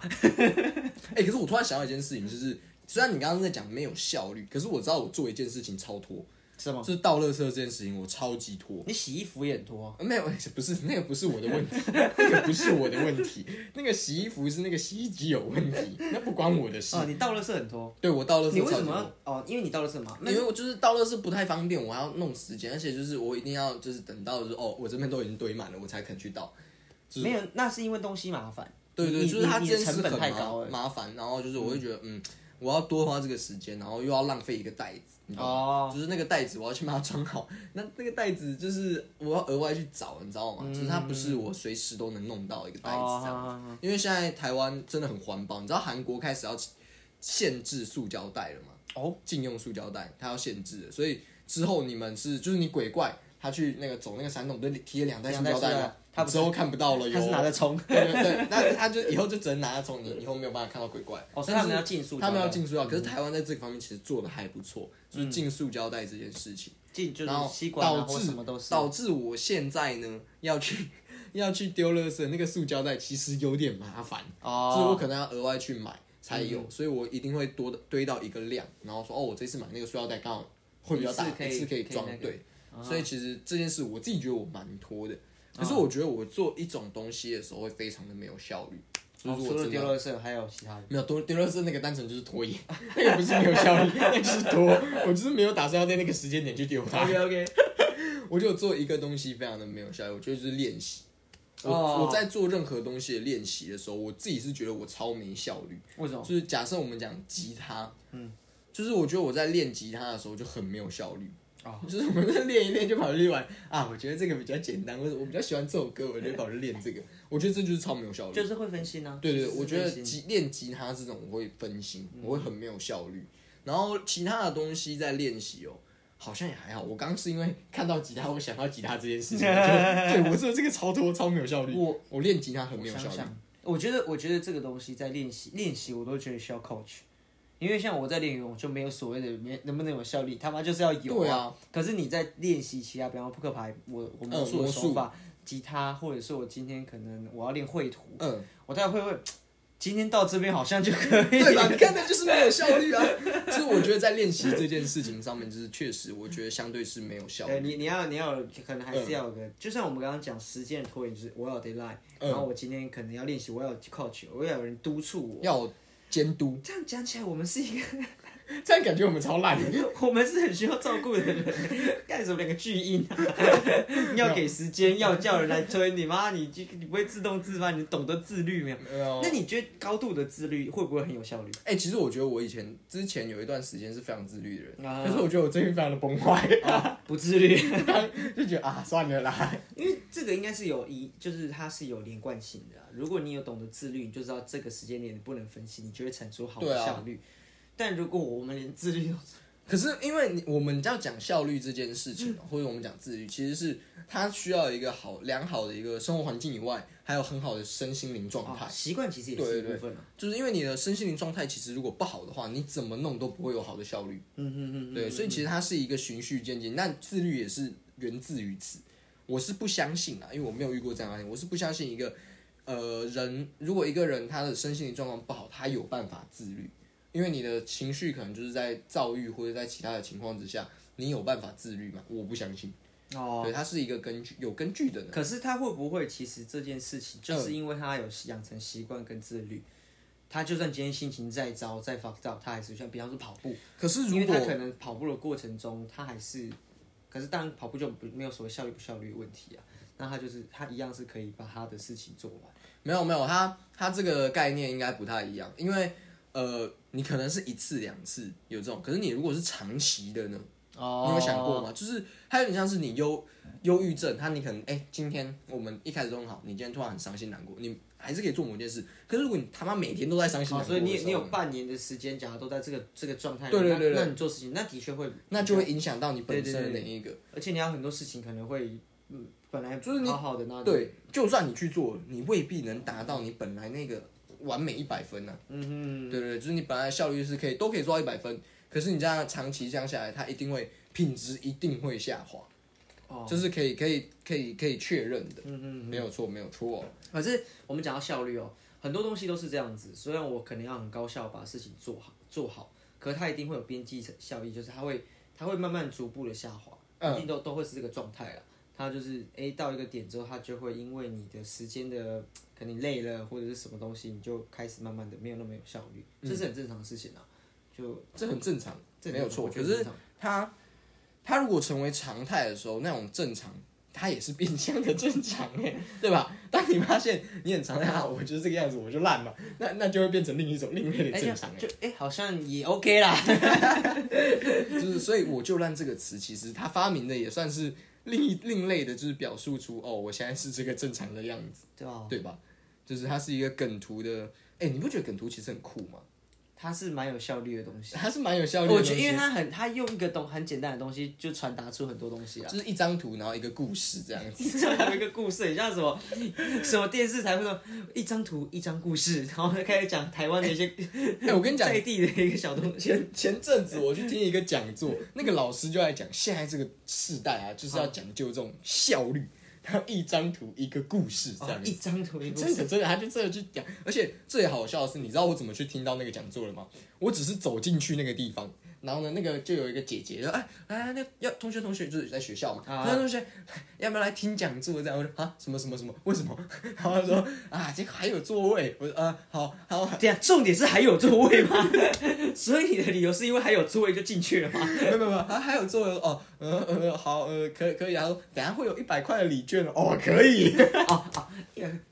B: 哎，可是我突然想到一件事情，就是虽然你刚刚在讲没有效率，可是我知道我做一件事情超拖，
A: 什
B: 就
A: 么？
B: 是倒垃圾这件事情，我超级拖。
A: 你洗衣服也很多啊、
B: 呃没有， 不是那个不是我的问题，那个不是我的问题，那个洗衣服是那个洗衣机有问题，那不关我的事。
A: 哦，你倒垃圾很多，
B: 对我倒垃圾，
A: 你为什么要？哦？因为你倒垃圾嘛，那
B: 因为我就是到了是不太方便，我还要弄时间，而且就是我一定要就是等到就是哦，我这边都已经堆满了，我才肯去倒。就是
A: 没有，那是因为东西麻烦。
B: 对对，
A: 你
B: 就是它
A: 你
B: 这
A: 你的
B: 件
A: 成
B: 事
A: 本
B: 很
A: 太高
B: 麻
A: 了。
B: 麻烦，然后就是我会觉得嗯，我要多花这个时间，然后又要浪费一个袋子，你懂吗？
A: 哦，
B: 就是那个袋子，我要去把它装好。那那个袋子就是我要额外去找，你知道吗？就是它不是我随时都能弄到一个袋子这样。
A: 嗯哦
B: 因为现在台湾真的很环保，你知道韩国开始要限制塑胶袋了吗？
A: 哦，
B: 禁用塑胶袋，它要限制了，所以之后你们是就是你鬼怪他去那个走那个山洞，不是提了两袋塑胶袋
A: 两袋塑胶
B: 吗
A: 袋？他不
B: 之后看不到了哟，
A: 他是拿在冲。
B: 对对对，那他就以后就只能拿它冲你，以后没有办法看到鬼怪。
A: 哦，所以
B: 但
A: 他
B: 是
A: 们要禁塑胶
B: 他
A: 袋，
B: 们要禁塑胶，
A: 嗯
B: 可是台湾在这个方面其实做的还不错，就是禁塑胶袋这件事情，
A: 进就是
B: 然后
A: 吸管啊
B: 导
A: 或
B: 致
A: 什么都是。
B: 导致我现在呢要去 要去丢垃圾，那个塑胶袋其实有点麻烦。所以我
A: 哦，嗯
B: 可能要额外去买才有，所以我一定会多的堆到一个量，然后说哦，我这次买那个塑料袋刚好会比较大，
A: 一次可以
B: 一次可以装
A: 可以那个哦
B: 对，所以其实这件事我自己觉得我蛮拖的，可是我觉得我做一种东西的时候会非常的没有效率，就
A: 哦除
B: 是我
A: 了
B: 真
A: 丢
B: 的
A: 垃圾，还有其他的。
B: 没有丢丢垃圾那个单纯就是拖延，那个不是没有效率，那个就是拖，我就是没有打算要在那个时间点去丢它。
A: OK，
B: 我就有做一个东西非常的没有效率，我觉得就是练习。我、
A: 哦
B: 我在做任何东西的练习的时候，我自己是觉得我超没效率。
A: 为什么？
B: 就是假设我们讲吉他，嗯，就是我觉得我在练吉他的时候就很没有效率。
A: 哦
B: 就是我们在练一练就跑去玩啊，我觉得这个比较简单，或者我比较喜欢这首歌，我就跑去练这个。我觉得这就是超没有效率。
A: 就是会分心啊。
B: 对对，
A: 就是
B: 我觉得
A: 分心
B: 吉练吉他这种我会分心，我会很没有效率。然后其他的东西在练习哦，好像也还好。我刚刚是因为看到吉他，我想到吉他这件事情，我就 对我是这个超拖超没有效率。我我练吉他很没有效
A: 我
B: 率
A: 想，想我觉得，我觉得这个东西在练习练习，我都觉得需要 coach，因为像我在练游泳就没有所谓的没能不能有效率，他妈就是要有
B: 对
A: 啊。可是你在练习其他，比方说扑克牌，我我魔
B: 嗯
A: 术的
B: 魔
A: 手法，吉他，或者是我今天可能我要练绘图，
B: 嗯，
A: 我待会会会，今天到这边好像就可以。
B: 对吧？你看，那就是没有效率啊。就是我觉得在练习这件事情上面，就是确实我觉得相对是没有效
A: 呃，
B: 率。
A: 你你要你要有可能还是要有个，就像我们刚刚讲时间的拖延，就是我要有 deadline，、然后我今天可能要练习，我要有 coach，我要有人督促我。
B: 要有监督，
A: 这样讲起来，我们是一个，
B: 这样感觉我们超烂的。
A: 我们是很需要照顾的人， 干什么两个巨婴啊？ 要给时间，要叫人来推你妈，你就你不会自动自发，你懂得自律没有？
B: 没有
A: 那你觉得高度的自律会不会很有效率？
B: 哎、其实我觉得我以前之前有一段时间是非常自律的人，
A: 啊
B: 可是我觉得我最近非常的崩坏，
A: 不自律，
B: 就觉得啊，算了啦。
A: 因为这个应该是有一，就是它是有连贯性的、啊。如果你有懂得自律，你就知道这个时间点你不能分析，你就会产出好的
B: 对啊
A: 效率。但如果我们连自律都，
B: 可是因为你我们要讲效率这件事情哦、或者我们讲自律，其实是它需要一个好良好的一个生活环境以外，还有很好的身心灵状态。
A: 啊习惯其实也是一
B: 对对
A: 部分啊。
B: 就是因为你的身心灵状态其实如果不好的话，你怎么弄都不会有好的效率。
A: 嗯嗯嗯，
B: 对，所以其实它是一个循序渐进，那自律也是源自于此。我是不相信啊，因为我没有遇过这样的案例，我是不相信一个呃人，如果一个人他的身心灵状况不好，他有办法自律，因为你的情绪可能就是在躁郁或者在其他的情况之下，你有办法自律吗？我不相信。
A: 哦。
B: 对，它是一个根据有根据的嗯呢。
A: 可是他会不会其实这件事情，就是因为他有养成习惯跟自律，他就算今天心情再糟再 fucked up，他还是像比方说跑步，
B: 可是
A: 因
B: 如
A: 为
B: 果
A: 他可能跑步的过程中，他还是，可是当然跑步就不没有所谓效率不效率的问题啊，那他就是他一样是可以把他的事情做完。
B: 没有没有，它它这个概念应该不太一样，因为呃，你可能是一次两次有这种，可是你如果是长期的呢？
A: 哦
B: 哦你有想过吗？就是它有点像是你忧忧郁症，它你可能哎、今天我们一开始都很好，你今天突然很伤心难过，你还是可以做某件事。可是如果你他妈每天都在伤心
A: 好，
B: 难过
A: 哦所
B: 的
A: 以
B: 时候，
A: 你你有半年的时间，假如都在这个这个状态里，
B: 对对对
A: 那那你做事情，那的确会，
B: 那就会影响到你本
A: 对
B: 身
A: 对
B: 的那一个。
A: 而且你还有很多事情可能会，嗯，本来
B: 就是你
A: 好好的那
B: 对，就算你去做，你未必能达到你本来那个完美一百分呢、啊
A: 嗯哼。
B: 对对对，就是你本来效率是可以都可以做到一百分，可是你这样长期这样下来，它一定会品质一定会下滑，
A: 哦
B: 这是可以可以可以可以确认的。
A: 嗯嗯，
B: 没有错，没有错。
A: 可是我们讲到效率哦，很多东西都是这样子。虽然我可能要很高效把事情做好做好，可它一定会有边际效益，就是它会它会慢慢逐步的下滑，
B: 嗯
A: 一定都都会是这个状态啦。它就是诶、到一个点之后，它就会因为你的时间的可能你累了或者是什么东西，你就开始慢慢的没有那么有效率，
B: 嗯
A: 这是很正常的事情啊。 就
B: 这很正常，
A: 这
B: 没有错。
A: 我觉
B: 可
A: 得
B: 是
A: 正常
B: 它它如果成为常态的时候，那种正常，它也是变相的正常哎，对吧？当你发现你很常态啊，我就是这个样子，我就烂嘛，那那就会变成另一种另类的
A: 哎、
B: 正常欸
A: 就就哎、好像也 OK 啦。
B: 哎，就是所以我就烂这个词，其实它发明的也算是另一另类的，就是表述出哦，我现在是这个正常的样子，
A: 对啊，
B: 对吧？就是它是一个梗图的，哎，你不觉得梗图其实很酷吗？
A: 它是蛮有效率的东西。
B: 它是蛮有效率的
A: 我
B: 东西，啊
A: 觉得，因为他很，他用一个东很简单的东西就传达出很多东西啊。
B: 就是一张图，然后一个故事这样子。
A: 这样有一个故事，很像什么什么电视台会说一张图一张故事，然后就开始讲台湾的一些
B: 哎、我 跟你讲，
A: 在地的一个小东西。
B: 前前阵子我去听一个讲 座，那个老师就在讲，现在这个世代啊，就是要讲究这种效率，然后一张图一个故事这
A: 哦
B: 样。
A: 一张图一个故
B: 真
A: 事，
B: 的真的，他就真的去讲，而且最好笑的是，你知道我怎么去听到那个讲座了吗？我只是走进去那个地方，然后呢，那个就有一个姐姐说：“哎，来来，那个要同学同学就是在学校嘛，
A: 啊
B: 同学同学，要不要来听讲座？”这样我说：“啊，什么什么什么？为什么？”然后他说：“啊，这个还有座位。”我说：“啊，好好。
A: 这样重点是还有座位吗？ 所以你的理由是因为还有座位就进去了吗？
B: 没有没有没有，啊还有座位哦，呃呃好呃可可以啊，他说等一下会有一百块的礼券哦哦，可以，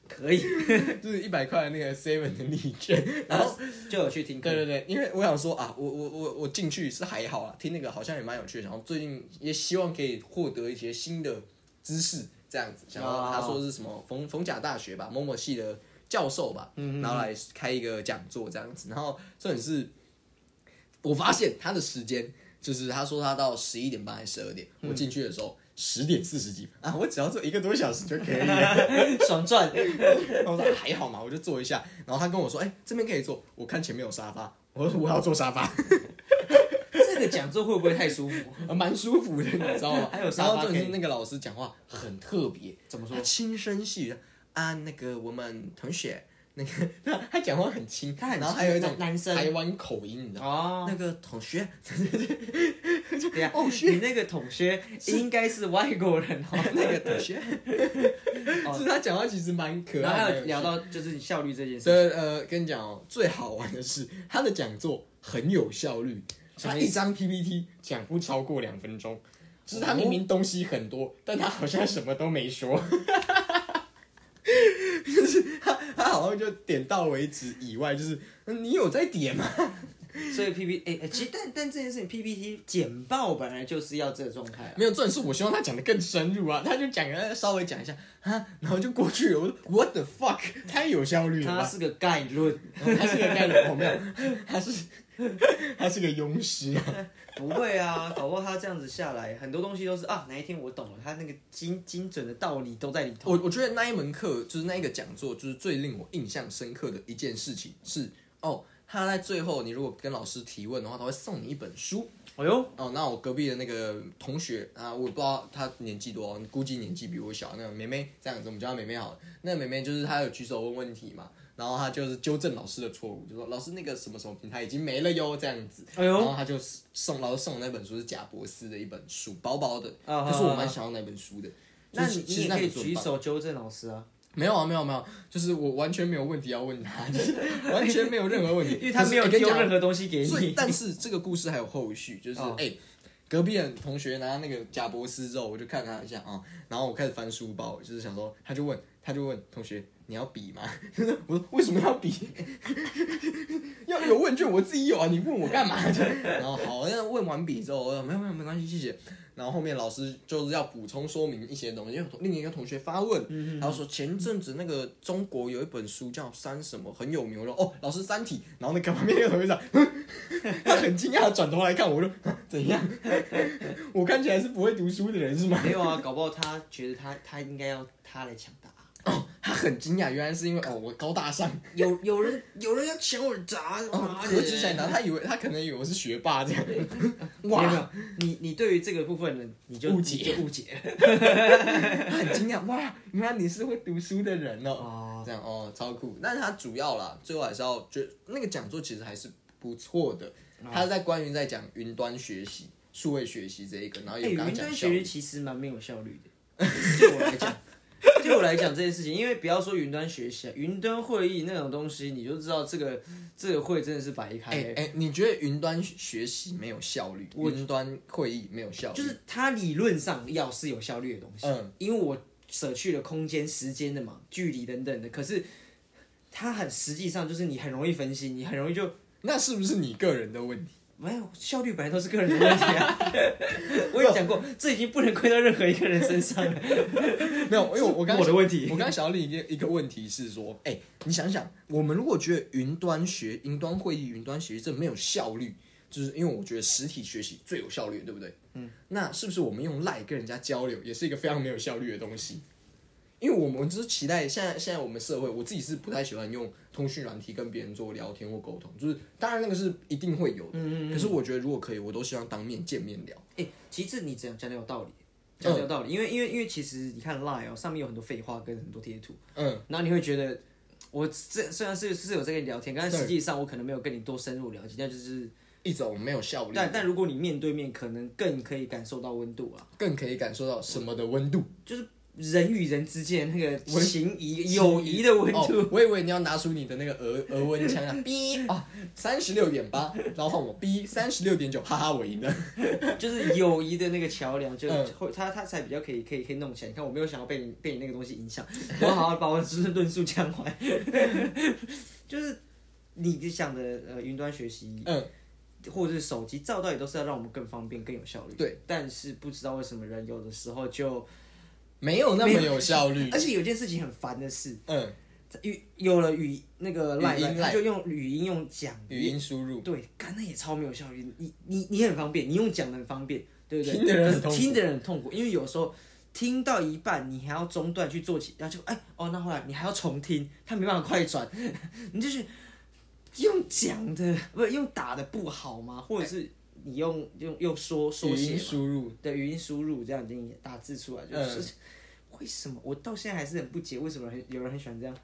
A: 可以，
B: 就是一百块的那个 seven 的礼券，然
A: 然
B: 后
A: 后就有去听课
B: 对。对对，因为我想说啊，我我我我进去是还好啊，听那个好像也蛮有趣的，然后最近也希望可以获得一些新的知识，这样子。然后他说是什么逢逢甲大学吧，某某系的教授吧，然后来开一个讲座这样子。然后重点是，我发现他的时间就是他说他到十一点半还是十二点，我进去的时候十点四十几分啊，我只要做一个多小时就可以了。
A: 爽赚，
B: 然后我说还好嘛，我就坐一下。然后他跟我说，哎、这边可以坐。我看前面有沙发，我说我要坐沙发，
A: 这个讲座会不会太舒服？
B: 蛮舒服的，你知道 吗？
A: 还有沙发
B: 然后重点是
A: 可
B: 那个老师讲话很特别，
A: 怎么说
B: 他轻声细语啊，那个我们同学，那个他他讲话很轻，
A: 他很
B: 然后还有一种
A: 男男生
B: 台湾口音，你知道吗？
A: 哦，
B: 那哦个同学，
A: 等一下，你那个同学应该是外国人哦。
B: 那个同学， 就是他讲话其实蛮可爱的。
A: 然后还有
B: 蛮有
A: 聊
B: 趣
A: 到就是你效率这件事，
B: 所以呃，跟你讲哦，最好玩的是他的讲座很有效率，
A: 什么
B: 他
A: 意
B: 一张 PPT 讲不超过两分钟，就是他明明东西很
A: 哦
B: 多，但他好像什么都 没说，就是他他好像就点到为止以外，就是嗯你有在点吗？
A: 所以 P P 哎、其实但但这件事情 P P T 简报本来就是要这个状态啦，啊
B: 没有，重点是我希望他讲的更深入啊，他就讲呃稍微讲一下啊，然后就过去了，我说 What the fuck，太有效率了
A: 它
B: 吧？
A: 是个概论，
B: 他是个盖伦，我没有，他是他是个庸师啊。
A: 不会啊，搞不好他这样子下来，很多东西都是啊，哪一天我懂了，他那个精精准的道理都在里头。
B: 我我觉得那一门课就是那一个讲座，就是最令我印象深刻的一件事情是，哦，他在最后你如果跟老师提问的话，他会送你一本书。
A: 哎呦，
B: 哦，那我隔壁的那个同学啊，我不知道他年纪多少，估计年纪比我小。那个梅梅这样子，我们叫她梅梅好了。那梅梅就是她有举手问问题嘛，然后她就是纠正老师的错误，就说老师那个什么什么平台已经没了哟，这样子。
A: 哎
B: 然
A: 呦，
B: 后他就送老师送的那本书是贾博士的一本书，薄薄的，
A: 啊
B: 可是我
A: 啊啊
B: 蛮想要那本书的。
A: 那
B: 就是
A: 你
B: 其
A: 你
B: 实
A: 也
B: 那
A: 可以
B: 本书很
A: 举
B: 棒
A: 手纠正老师啊，
B: 没有啊，没有没有，就是我完全没有问题要问他， 就是完全没有任何问题，
A: 因为他没有
B: 可是哎跟你
A: 丢
B: 讲
A: 任何东西给
B: 所以
A: 你。
B: 但是这个故事还有后续，就是哎、
A: 哦
B: 隔壁的同学拿那个贾博士之后，我就看他一下啊，然后我开始翻书包，就是想说，他就问，他就问同学你要比吗？ 我说为什么要比？ 要有问卷我自己有啊，你问我干嘛？就然后好，那问完笔之后，我说没有没有没关系，谢谢。然后后面老师就是要补充说明一些东西，因为另一个同学发问，然后说前阵子那个中国有一本书叫《三什么》，很有名。我说哦，老师《三体》。然后那个旁边那个同学长， 他很惊讶地转头来看我，我说啊怎样？我看起来是不会读书的人是吗？
A: 没有啊，搞不好他觉得他他应该要他来抢答。啊
B: 哦，他很惊讶，原来是因为哦我高大上，
A: 有有人有人要抢我的答，哎
B: 哦，
A: 妈
B: 何止想
A: 的！
B: 拿，他以为他可能以为我是学霸这样。
A: 没有没
B: 哇，
A: 有，你你对于这个部分呢，你就
B: 误解
A: 你就误解
B: 他很惊讶，哇，原来你是会读书的人哦。
A: 哦。
B: 这样哦，超酷。但是它主要啦，最后还是要就那个讲座其实还是不错的，
A: 哦
B: 它在关于在讲云端学习、数位学习这一个，然后
A: 哎，
B: 也
A: 云
B: 刚刚
A: 端学
B: 讲效
A: 习
B: 率。
A: 其实蛮没有效率的， 对我来讲。对我来讲这件事情，因为不要说云端学习、啊，云端会议那种东西，你就知道这个这个会真的是白开、
B: 哎哎、你觉得云端学习没有效率？云端会议没有效率？
A: 就是它理论上要是有效率的东西，
B: 嗯
A: 因为我舍去了空间、时间的嘛，距离等等的。可是它很实际上就是你很容易分心，你很容易就
B: 那是不是你个人的问题？
A: 没有效率，本来都是个人的问题啊。 我也讲过，这已经不能归到任何一个人身上了，
B: 没有，因 为我我刚
A: 我的问题
B: 我刚才想到另一个一个问题是说，哎、你想想，我们如果觉得云端学、云端会议、云端学习这没有效率，就是因为我觉得实体学习最有效率，对不对？嗯，那是不是我们用赖跟人家交流也是一个非常没有效率的东西？因为我们就是期待现在现在我们社会，我自己是不太喜欢用通讯软体跟别人做聊天或沟通，就是当然那个是一定会有的，可是我觉得如果可以，我都希望当面见面聊。
A: 哎、其次你讲讲的有道理，讲
B: 嗯
A: 的有道理，因为因为因为其实你看 Line 哦，上面有很多废话跟很多贴图，
B: 嗯，
A: 然后你会觉得我这虽然是是有在跟你聊天，但实际上我可能没有跟你多深入了解，但就是
B: 一种没有效率，
A: 但但如果你面对面，可能更可以感受到温度啊，
B: 更可以感受到什么的温度。
A: 就是人与人之间那个情谊、友谊的温度。
B: 哦，我以为你要拿出你的那个俄俄温枪 啊，哔啊，三十六点八，然后换我哔三十六点九，哈哈，我赢了。
A: 就是友谊的那个桥梁，
B: 嗯
A: 就是会他他才比较可以可以可以弄起来。你看，我没有想要被你被你那个东西影响，我好好把我的论述讲完。 就是你想的呃云端学习，
B: 嗯，
A: 或者是手机，照道理都是要让我们更方便、更有效率。
B: 对，
A: 但是不知道为什么人有的时候就，
B: 没有那么有 效率。
A: 而且有件事情很烦的是，
B: 嗯，
A: 语有了语那个
B: 语
A: line，
B: 音 Line
A: 他就用语音用讲的
B: 语音输入，
A: 对，干那也超没有效率。你你你很方便，你用讲的很方便，对不对？
B: 听的人很
A: 可
B: 痛
A: 是
B: 苦
A: 听的人很痛苦，因为有时候听到一半，你还要中断去做起，然后就哎哦，那后来你还要重听，他没办法快转， 你就是用讲的不是用打的不好吗？或者是你用用用说
B: 语
A: 说写
B: 音
A: 嘛
B: 输入，
A: 对语音输入这样已经打字出来，
B: 嗯
A: 就是、为什么我到现在还是很不解，为什么很有人很喜欢这样？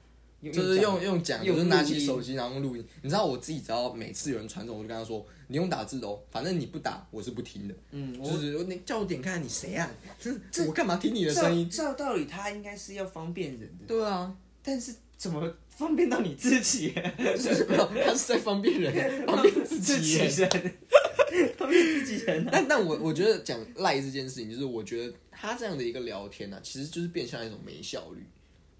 B: 就是用用讲，
A: 用
B: 就是拿
A: 录
B: 起
A: 音
B: 手机然后录音。你知道我自己只要每次有人传这种，我就跟他说，你用打字的哦，反正你不打我是不听的。
A: 嗯，我
B: 就是你叫我点开你谁啊？这我干嘛听你的声音？
A: 照照道理，它应该是要方便人的，
B: 对啊，
A: 但是怎么方便到你自 己？
B: 就是 没有，他是在方 便人，方便自己耶。
A: 人， 方便自己人。
B: 但但我我觉得讲赖这件事情，就是我觉得他这样的一个聊天呢、啊，其实就是变相一种没效率。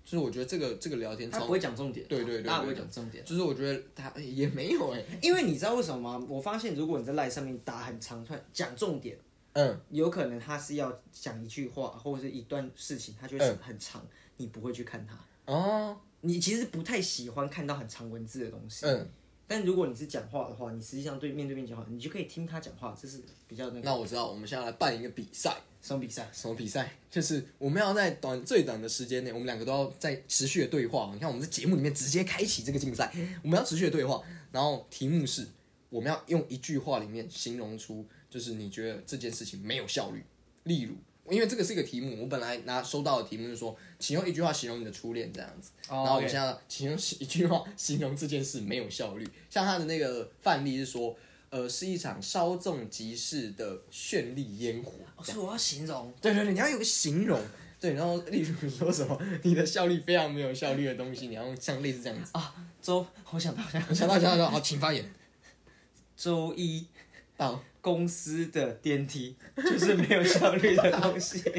B: 就是我觉得这个这个聊天
A: 他
B: 超
A: 不，会讲重点，
B: 对对对对
A: 他不会讲重点。
B: 就是我觉得他也没有哎、
A: 因为你知道为什么吗？我发现如果你在赖上面打很长串讲重点，
B: 嗯，
A: 有可能他是要讲一句话或者是一段事情，他就会很长，你不会去看他。
B: 哦，
A: 你其实不太喜欢看到很长文字的东西，
B: 嗯，
A: 但如果你是讲话的话，你实际上对面对面讲话，你就可以听他讲话，这是比较那个
B: 那我知道，我们现在来办一个比赛，
A: 什么比赛？
B: 什么比赛？就是我们要在短最短的时间内，我们两个都要在持续的对话。你看，我们在节目里面直接开启这个竞赛，我们要持续的对话。然后题目是，我们要用一句话里面形容出，就是你觉得这件事情没有效率。例如，因为这个是一个题目，我本来拿收到的题目是说，请用一句话形容你的初恋这样子。
A: 哦
B: 然后我
A: OK
B: 现在请用一句话形容这件事没有效率。像他的那个范例是说，呃，是一场稍纵即逝的绚丽烟火。
A: 哦所以我要形容。
B: 对对对，你要有个形容。对，然后例如说什么，你的效率非常没有效率的东西，你要用像类似这 样子。
A: 周，我想到了
B: 我想到想到想到，好，请发言。
A: 周一哦
B: 到
A: 公司的电梯就是没有效率的东西，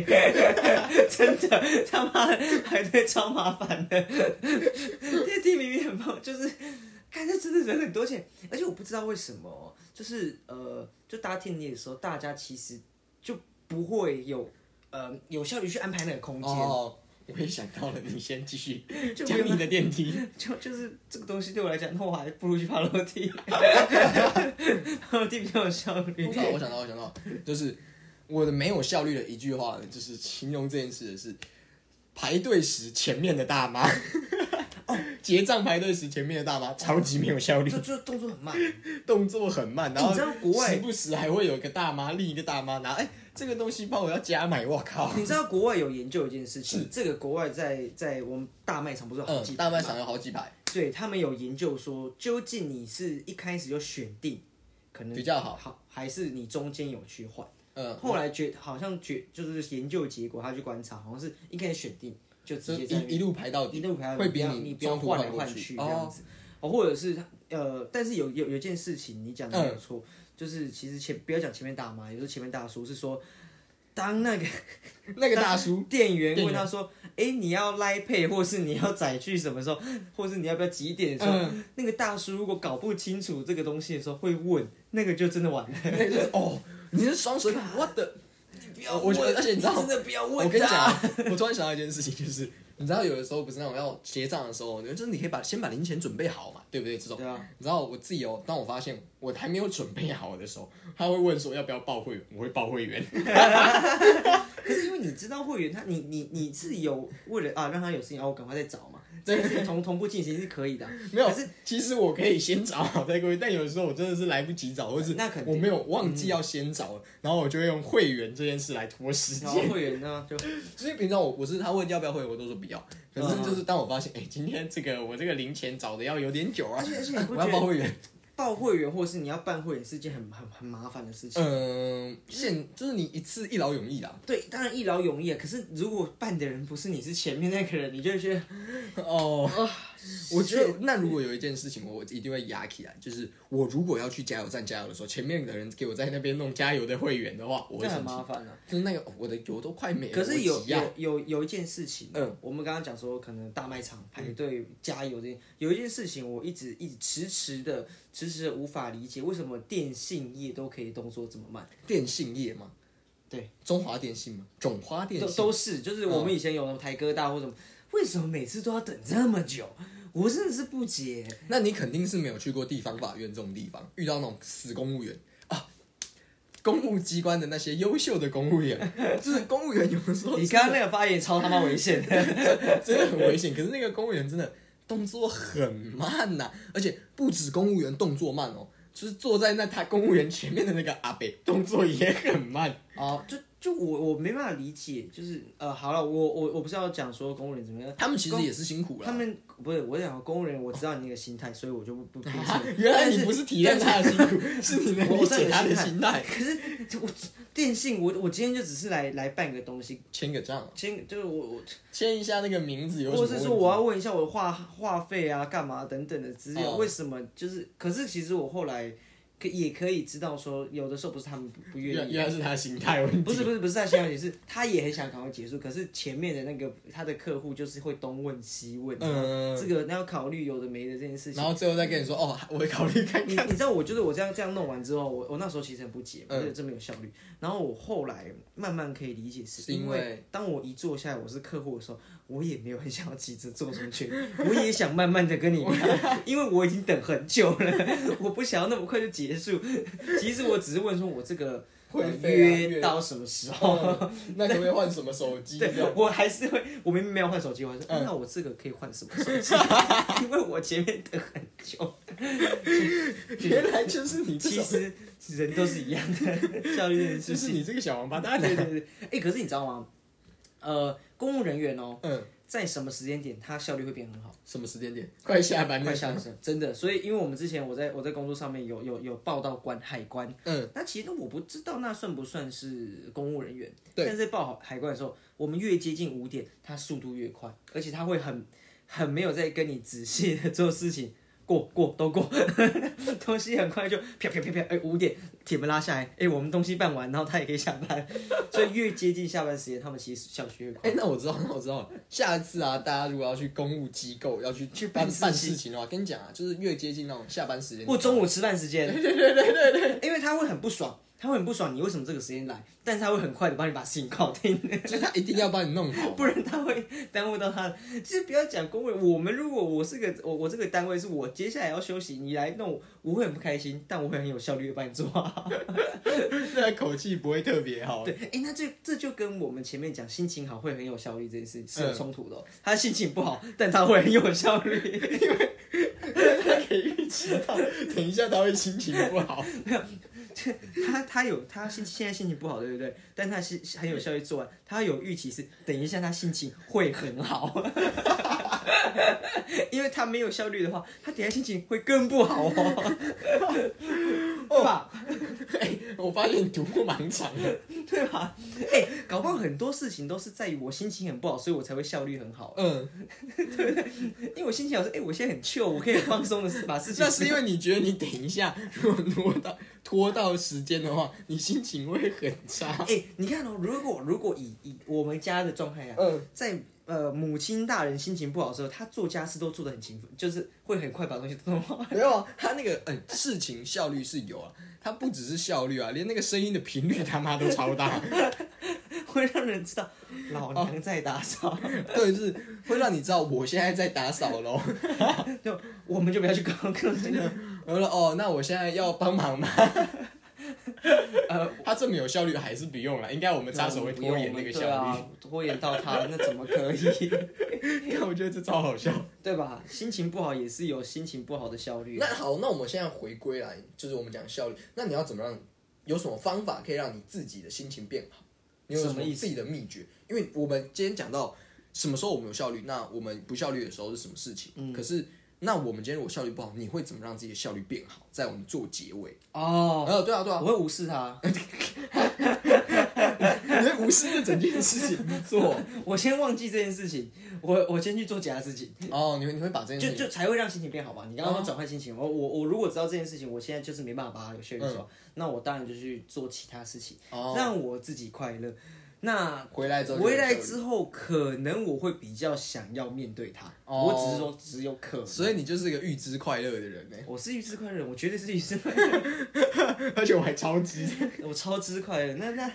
A: 真的他妈的排队超麻烦的，电梯明明很棒，就是。看，这真的人很多，而且而且我不知道为什么，就是呃，就搭电梯的时候，大家其实就不会有呃有效率去安排那个空间，
B: 哦，我也想到了，你先继续
A: 就
B: 讲你的 电梯。
A: 就就是这个东西对我来讲，那我还不如去爬楼 梯， 爬楼梯比较有效率
B: 我。想到，我想到，我想到，就是我的没有效率的一句话，就是形容这件事的是排队时前面的 大妈。哦，结账排队时前面的大妈超级没有 效率
A: 就，就动作很慢，
B: 动作很慢，然后
A: 哎你知道国外
B: 时不时还会有个大妈，另一个大妈拿，哎、这个东西帮我要加买，我靠！
A: 你知道国外有研究一件事情，这个国外在在我们大卖场不是有好几
B: 嗯，大卖场有好几排，
A: 对他们有研究说，究竟你是一开始就选定，可能
B: 比较好
A: 好，还是你中间有去换？
B: 嗯，
A: 后来觉好像觉就是研究结果，他去观察，好像是一开始选定就
B: 就
A: 直接在那边
B: 一一路排到底，
A: 一路排到
B: 会
A: 底
B: 比
A: 不要你不要
B: 中途
A: 换来
B: 过
A: 换去这样
B: 哦，
A: 子，哦，或者是他呃，但是有有有件事情你讲的
B: 嗯
A: 没有错，就是其实前不要讲前面大妈，有时候前面大叔是说，当那个
B: 那个大叔，
A: 店员
B: 店
A: 问他说：“哎、你要 Line Pay 或是你要载具什么时候， 或是你要不要几点的时候？”
B: 嗯
A: 那个大叔如果搞不清楚这个东西的时候，会问，那个就真的完了。
B: 那个就是哦，你是双手 卡，我的，
A: 你
B: 不要我觉得而且你知道
A: 真的不要
B: 我跟你讲，啊我突然想到一件事情，就是你知道有的时候不是那种要结账的时候，就是你可以把先把零钱准备好嘛，对不对？这种
A: 对啊，
B: 你知道我自己哦，当我发现我还没有准备好的时候，他会问说要不要报会员，我会报会 员。
A: 可是因为你知道会员他，你你你是有为了啊让他有事情啊，我赶快再找嘛，这件事情同同步进行是可以的啊。
B: 没有，
A: 可是
B: 其实我可以先找好再过去，但有时候我真的是来不及找，或是
A: 那肯定
B: 我没有忘记要先找了，然后我就会用会员这件事来拖时
A: 然后
B: 间。
A: 会员 呢就
B: 所以平常我我是他问要不要会员，我都说不要。可
A: 嗯
B: 是就是当我发现，哎、今天这个我这个零钱找的要有点久啊
A: 而且而且你，不
B: 我
A: 觉得
B: 要报会员。
A: 报会员或是你要办会员是件很很很麻烦的事情。
B: 嗯，现就是你一次一劳永逸啦。
A: 对，当然一劳永逸啊。可是如果办的人不是你，是前面那个人，你就会觉得
B: 哦，我觉得那如果有一件事情，我一定会压起来，就是我如果要去加油站加油的时候，前面的人给我在那边弄加油的会员的话，我会
A: 那很
B: 生气
A: 麻。烦啊。
B: 就是那个哦我的油都快没了，
A: 可是有
B: 我急啊
A: 有有有一件事情，
B: 嗯，
A: 我们刚刚讲说可能大卖场排队加油这件，有一件事情我一直一直迟迟的迟迟的无法理解，为什么电信业都可以动作这么慢？
B: 电信业嘛，
A: 对，
B: 中华电信嘛，种花电
A: 都
B: 信，
A: 都是，就是我们以前有什么台哥大或什么，为什么每次都要等这么久？我真的是不解。
B: 那你肯定是没有去过地方法院这种地方，遇到那种死公务员啊，公务机关的那些优秀的公 务员，就是公务员哦有的时候
A: 你刚刚那个发言超他妈危险 的，
B: 真的很危险。可是那个公务员真的动作很慢呐、而且不止公务员动作慢哦，就是坐在那他公务员前面的那个阿北动作也很慢。
A: 哦，就就我我没办法理解，就是呃，好了，我我我不是要讲说公务员怎么样，
B: 他们其实也是辛苦了。
A: 他们不是我讲公务员，我知道你那个心态，所以我就不不不
B: 啊原来你不是体谅他的辛苦， 是你能理解他的心态。
A: 可是我电信，我我今天就只是来来办个东西，
B: 签个账，
A: 今就是我我
B: 签一下那个名字有什么
A: 或
B: 问题？
A: 是说我要问一下我的话话费啊、干嘛等等的资料，
B: 哦
A: 为什么就是？可是其实我后来可也可以知道说，有的时候不是他们不不愿
B: 原
A: 意。
B: 原来是他的心态问题。
A: 不是不是不是在现在也是，他也很想赶快结束，可是前面的那个他的客户就是会东问西问，
B: 嗯
A: 这个那要考虑有的没的这件事情
B: 然。后最后再跟你说哦，我会考虑看
A: 你
B: 看。
A: 你知道，我觉得我这样这样弄完之后，我我那时候其实很不解，
B: 嗯
A: 觉得这么有效率。然后我后来慢慢可以理解，
B: 是
A: 是
B: 因
A: 因
B: 为
A: 为当我一坐下来我是客户的时候，我也没有很想要急着做出去，我也想慢慢的跟你 聊，因为我已经等很久了，我不想要那么快就结束。其实我只是问说，我这个、
B: 会
A: 呃
B: 费啊
A: 约
B: 约
A: 到什么时候？
B: 哦， 那可不可以换什么手机？
A: 对
B: 这样，
A: 我还是会，我明明没有换手机，我还是、
B: 嗯
A: 那我这个可以换什么手机？ 因为我前面等很久。
B: 原来就是你这
A: 其
B: 种，
A: 实人都是一样的， 效率这件
B: 就
A: 事
B: 是
A: 情。
B: 你这个小王八蛋。
A: 对对对，哎、可是你知道吗？呃，公务人员哦，
B: 嗯，
A: 在什么时间点他效率会变很好？
B: 什么时间点？快下班
A: 快
B: 了。
A: 下班了，真的。所以，因为我们之前我在我在工作上面有有有报到关海关，
B: 嗯，
A: 那其实我不知道那算不算是公务人员。
B: 对
A: 但是在报海关的时候，我们越接近五点，他速度越快，而且他会很很没有在跟你仔细的做事情。过过都过， 东西很快就啪啪啪啪，哎、五点铁门拉下来，哎、我们东西办完，然后他也可以下班， 所以越接近下班时间，他们其实效率越快。
B: 哎，那我知道，那我知道了。下次啊，大家如果要去公务机构要去
A: 去办
B: 办
A: 事情
B: 办事情的话，跟你讲啊，就是越接近那种下班时间，
A: 或中午吃饭时间。对对对对对，因为他会很不爽，他会很不爽你为什么这个时间来，但是他会很快的帮你把事情搞定，
B: 就是他一定要帮你弄好。
A: 不然他会耽误到他。就是不要讲工位，我们如果我是个我我这个单位是我接下来要休息，你来弄我，我会很不开心，但我会很有效率的帮你做好。
B: 那口气不会特别好。
A: 对，哎、那这这就跟我们前面讲心情好会很有效率这件事是有冲突的哦、他心情不好，但他会很有效率。
B: 他可以预期到，等一下他会心情不 好。
A: 他他有他心现在心情不好，对不对？但他是很有效率做完，他有预期是等一下他心情会很好， 因为他没有效率的话，他等一下心情会更不好哦， 对吧？
B: 哎我发现你读过蛮长的。
A: 对吧？哎、搞不好很多事情都是在于我心情很不好，所以我才会效率很好，
B: 嗯。
A: 因为我心情好是哎、我现在很 chill，我可以很放松的把事情
B: 那是因为你觉得你等一下， 如果拖到拖到时间的话，你心情会很差。
A: 哎、你看哦，如果如果以以我们家的状态啊，
B: 嗯，
A: 在呃母亲大人心情不好的时候，他做家事都做的很勤奋，就是会很快把东西都弄好。
B: 没有啊，他那个嗯，事情效率是有啊，他不只是效率啊，连那个声音的频率他妈都超 大。
A: 会让人知道老
B: 哦
A: 娘在打扫，
B: 对，就是会让你知道我现在在打扫喽。
A: 就我们就不要去搞各种
B: 我说哦，那我现在要帮忙 吗？
A: 呃，
B: 他这么有效率还是不用了，应该我们插手会拖延那个效
A: 对
B: 率。
A: 啊，拖延到他那怎么可以？
B: 看、我觉得这超好笑。
A: 对吧？心情不好也是有心情不好的效率
B: 那。好，那我们现在回归来，就是我们讲效率。那你要怎么让？有什么方法可以让你自己的心情变好？你有
A: 什
B: 什
A: 么
B: 么
A: 意
B: 自己的秘诀？因
A: 嗯
B: 为我们今天讲到什么时候我们有效率，那我们不效率的时候是什么事情？可是那我们今天如果效率不好，你会怎么让自己的效率变好？在我们做结尾。
A: 哦，
B: 哦，对啊，对啊，
A: 我会无视他，
B: 啊 你会无视这整件事情 不做。
A: 我先忘记这件事情，我我先去做其他事情，
B: 哦，你会你会把这件事
A: 就
B: 情
A: 就才会让心情变好吧。你刚
B: 嗯
A: 刚说转换心情，我我我如果知道这件事情，我现在就是没办法把它有效率做好，那我当然就去做其他事情，
B: 嗯哦
A: 让我自己快乐。那
B: 回来之后就有
A: 回来
B: 效率
A: 之后，可能我会比较想要面对它。
B: 哦
A: 我只是说，只有可能。
B: 所以你就是一个预知快乐的人呢，
A: 我是预知快乐，我绝对是预知快乐，
B: 而且我还超级。
A: 我超知快乐。那那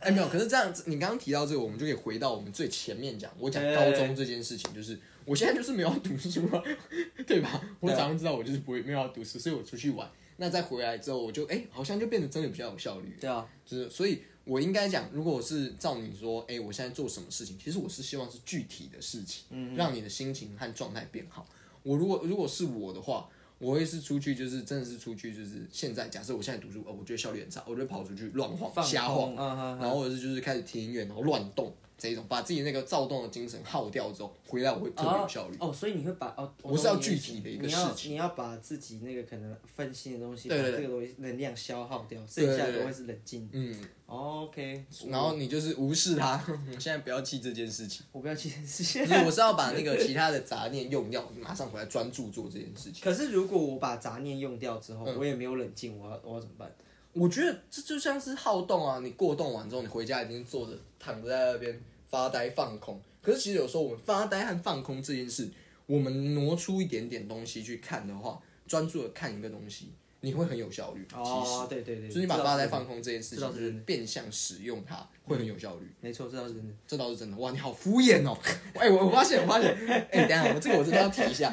B: 哎，没有，可是这样，子，你刚刚提到这个，我们就可以回到我们最前面讲，我讲高中这件事情，就是我现在就是没有要读书啊， 对吧？我早上知道我就是不会没有要读书，所以我出去玩。那再回来之后，我就哎、好像就变得真的比较有效率，
A: 对啊，
B: 就是所以，我应该讲，如果我是照你说，哎、我现在做什么事情，其实我是希望是具体的事情，
A: 嗯
B: 让你的心情和状态变好。我如果如果是我的话，我会是出去，就是真的是出去，就是现在假设我现在读书，哦，我觉得效率很差，我就会跑出去乱晃、
A: 放
B: 瞎
A: 空，
B: 晃
A: 啊哈哈
B: 然后或者是就是开始听音乐，然后乱动这一种，把自己那个躁动的精神耗掉之后，回来我会特别有效率。
A: 哦。哦，所以你会把哦，
B: 我是要
A: 懂你意思
B: 具体的一个
A: 你要
B: 事
A: 你要把自己那个可能分心的东西，把
B: 对对
A: 这个东西能量消耗掉，剩
B: 对对
A: 下
B: 对
A: 的会是冷静。
B: 嗯，
A: 哦 OK，
B: 然后你就是无视它， 你现在不要记这件事情。
A: 我不要去这件事
B: 不
A: 情。
B: 是，我是要把那个其他的杂念用掉，马上回来专注做这件事情。
A: 可是如果我把杂念用掉之后，我也没有冷静，我要我要怎么办？
B: 我觉得这就像是好动啊，你过动完之后，你回家已经坐着躺着在那边发呆放空。可是其实有时候我们发呆和放空这件事，我们挪出一点点东西去看的话，专注的看一个东西，你会很有效率。其实
A: 哦，对对对，
B: 所以你把
A: 这倒
B: 发呆
A: 是
B: 放空这件事
A: 这
B: 情，
A: 倒
B: 就是是变相使用它，会很有效率。
A: 没错，这倒是真的。
B: 这倒是真的，哇，你好敷衍哦！ 哎、我我发现，我发现，哎、等一下，我这个我真的要提一下，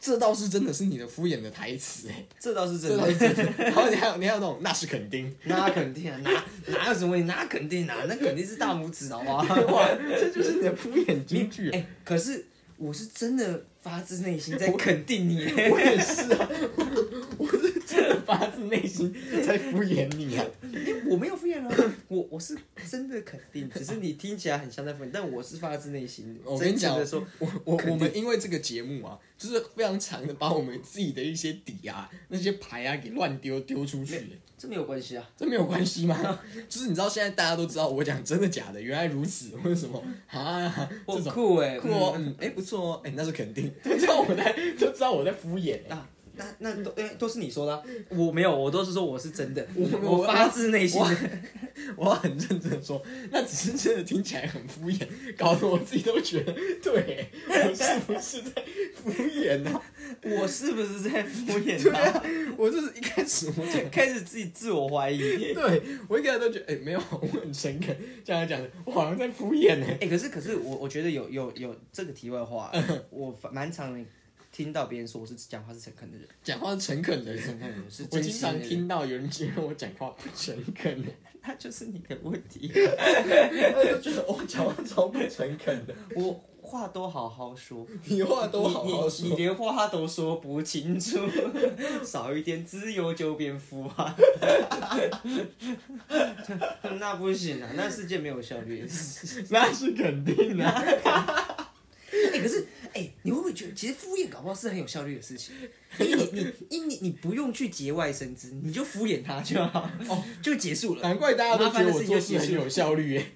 B: 这倒是真的是你的敷衍的台词，哎，
A: 这倒是真
B: 这倒
A: 的，
B: 是真的。 然后你还有你还有那种那是肯定，
A: 那肯定啊，哪哪有什么问题？那肯定啊，那肯定是大拇指，好不好？
B: 哇，这就是你的敷衍京剧。
A: 哎、可是我是真的发自内心在肯定 你，
B: 我也是啊，我是真的发自内心在敷衍你啊。
A: 我没有敷衍啊，我我是真的肯定，只是你听起来很像在敷衍，但我是发自内心的，
B: 哦我跟你讲
A: 真心地说，
B: 我我
A: 肯定
B: 我们因为这个节目啊，就是非常长的把我们自己的一些底啊、那些牌啊给乱丢丢出去、
A: 这没有关系啊。
B: 这没有关系吗？ 就是你知道现在大家都知道我讲真的假的，原来如此，或者什么啊
A: 我
B: 这种
A: 酷哎、
B: 酷哦，
A: 嗯
B: 嗯，哎、不错哦，哎、那是肯 定，就知道我在就知道我在敷衍、欸。
A: 啊，那那都哎、都是你说的啊、我没有，我都是说我是真的，我
B: 我
A: 发自内心的。
B: 我要很认真的说，那只是真的听起来很敷衍，搞得我自己都觉得，对我是不是在敷衍啊呢、
A: 我是不是在敷衍
B: 对
A: 他？
B: 啊，我就是一开始我 讲，
A: 开始自己自我怀疑。
B: 对我一开始都觉得，哎、没有，我很诚恳，这样讲的，我好像在敷衍呢、
A: 哎、可是可是我我觉得有有有这个题外话，
B: 嗯
A: 我蛮常听到别人说我是讲话是诚恳的人，
B: 讲话是诚恳的
A: 不是
B: 人。
A: 诚恳的人是
B: 我
A: 真
B: 经
A: 心的
B: 常
A: 人，
B: 听到有人觉得我讲话不诚恳的，
A: 那就是你的问 题。
B: 他就觉得 我讲话超不诚恳的。
A: 我话都好好说，
B: 你话都好好
A: 你你你
B: 说，
A: 连话都说不清楚， 少一点自由就变富 啊！ 那不行啊，那世界没有效 率。
B: 那是肯定的、啊
A: 哎、可是哎、你会不会觉得其实敷衍搞不好是很有效率的事情？因为你你因你你不用去节外生枝，你就敷衍他就好，哦， 就结束了。
B: 难怪大家都觉得我做
A: 麻烦的事情就
B: 事
A: 结
B: 很
A: 束
B: 有效率耶。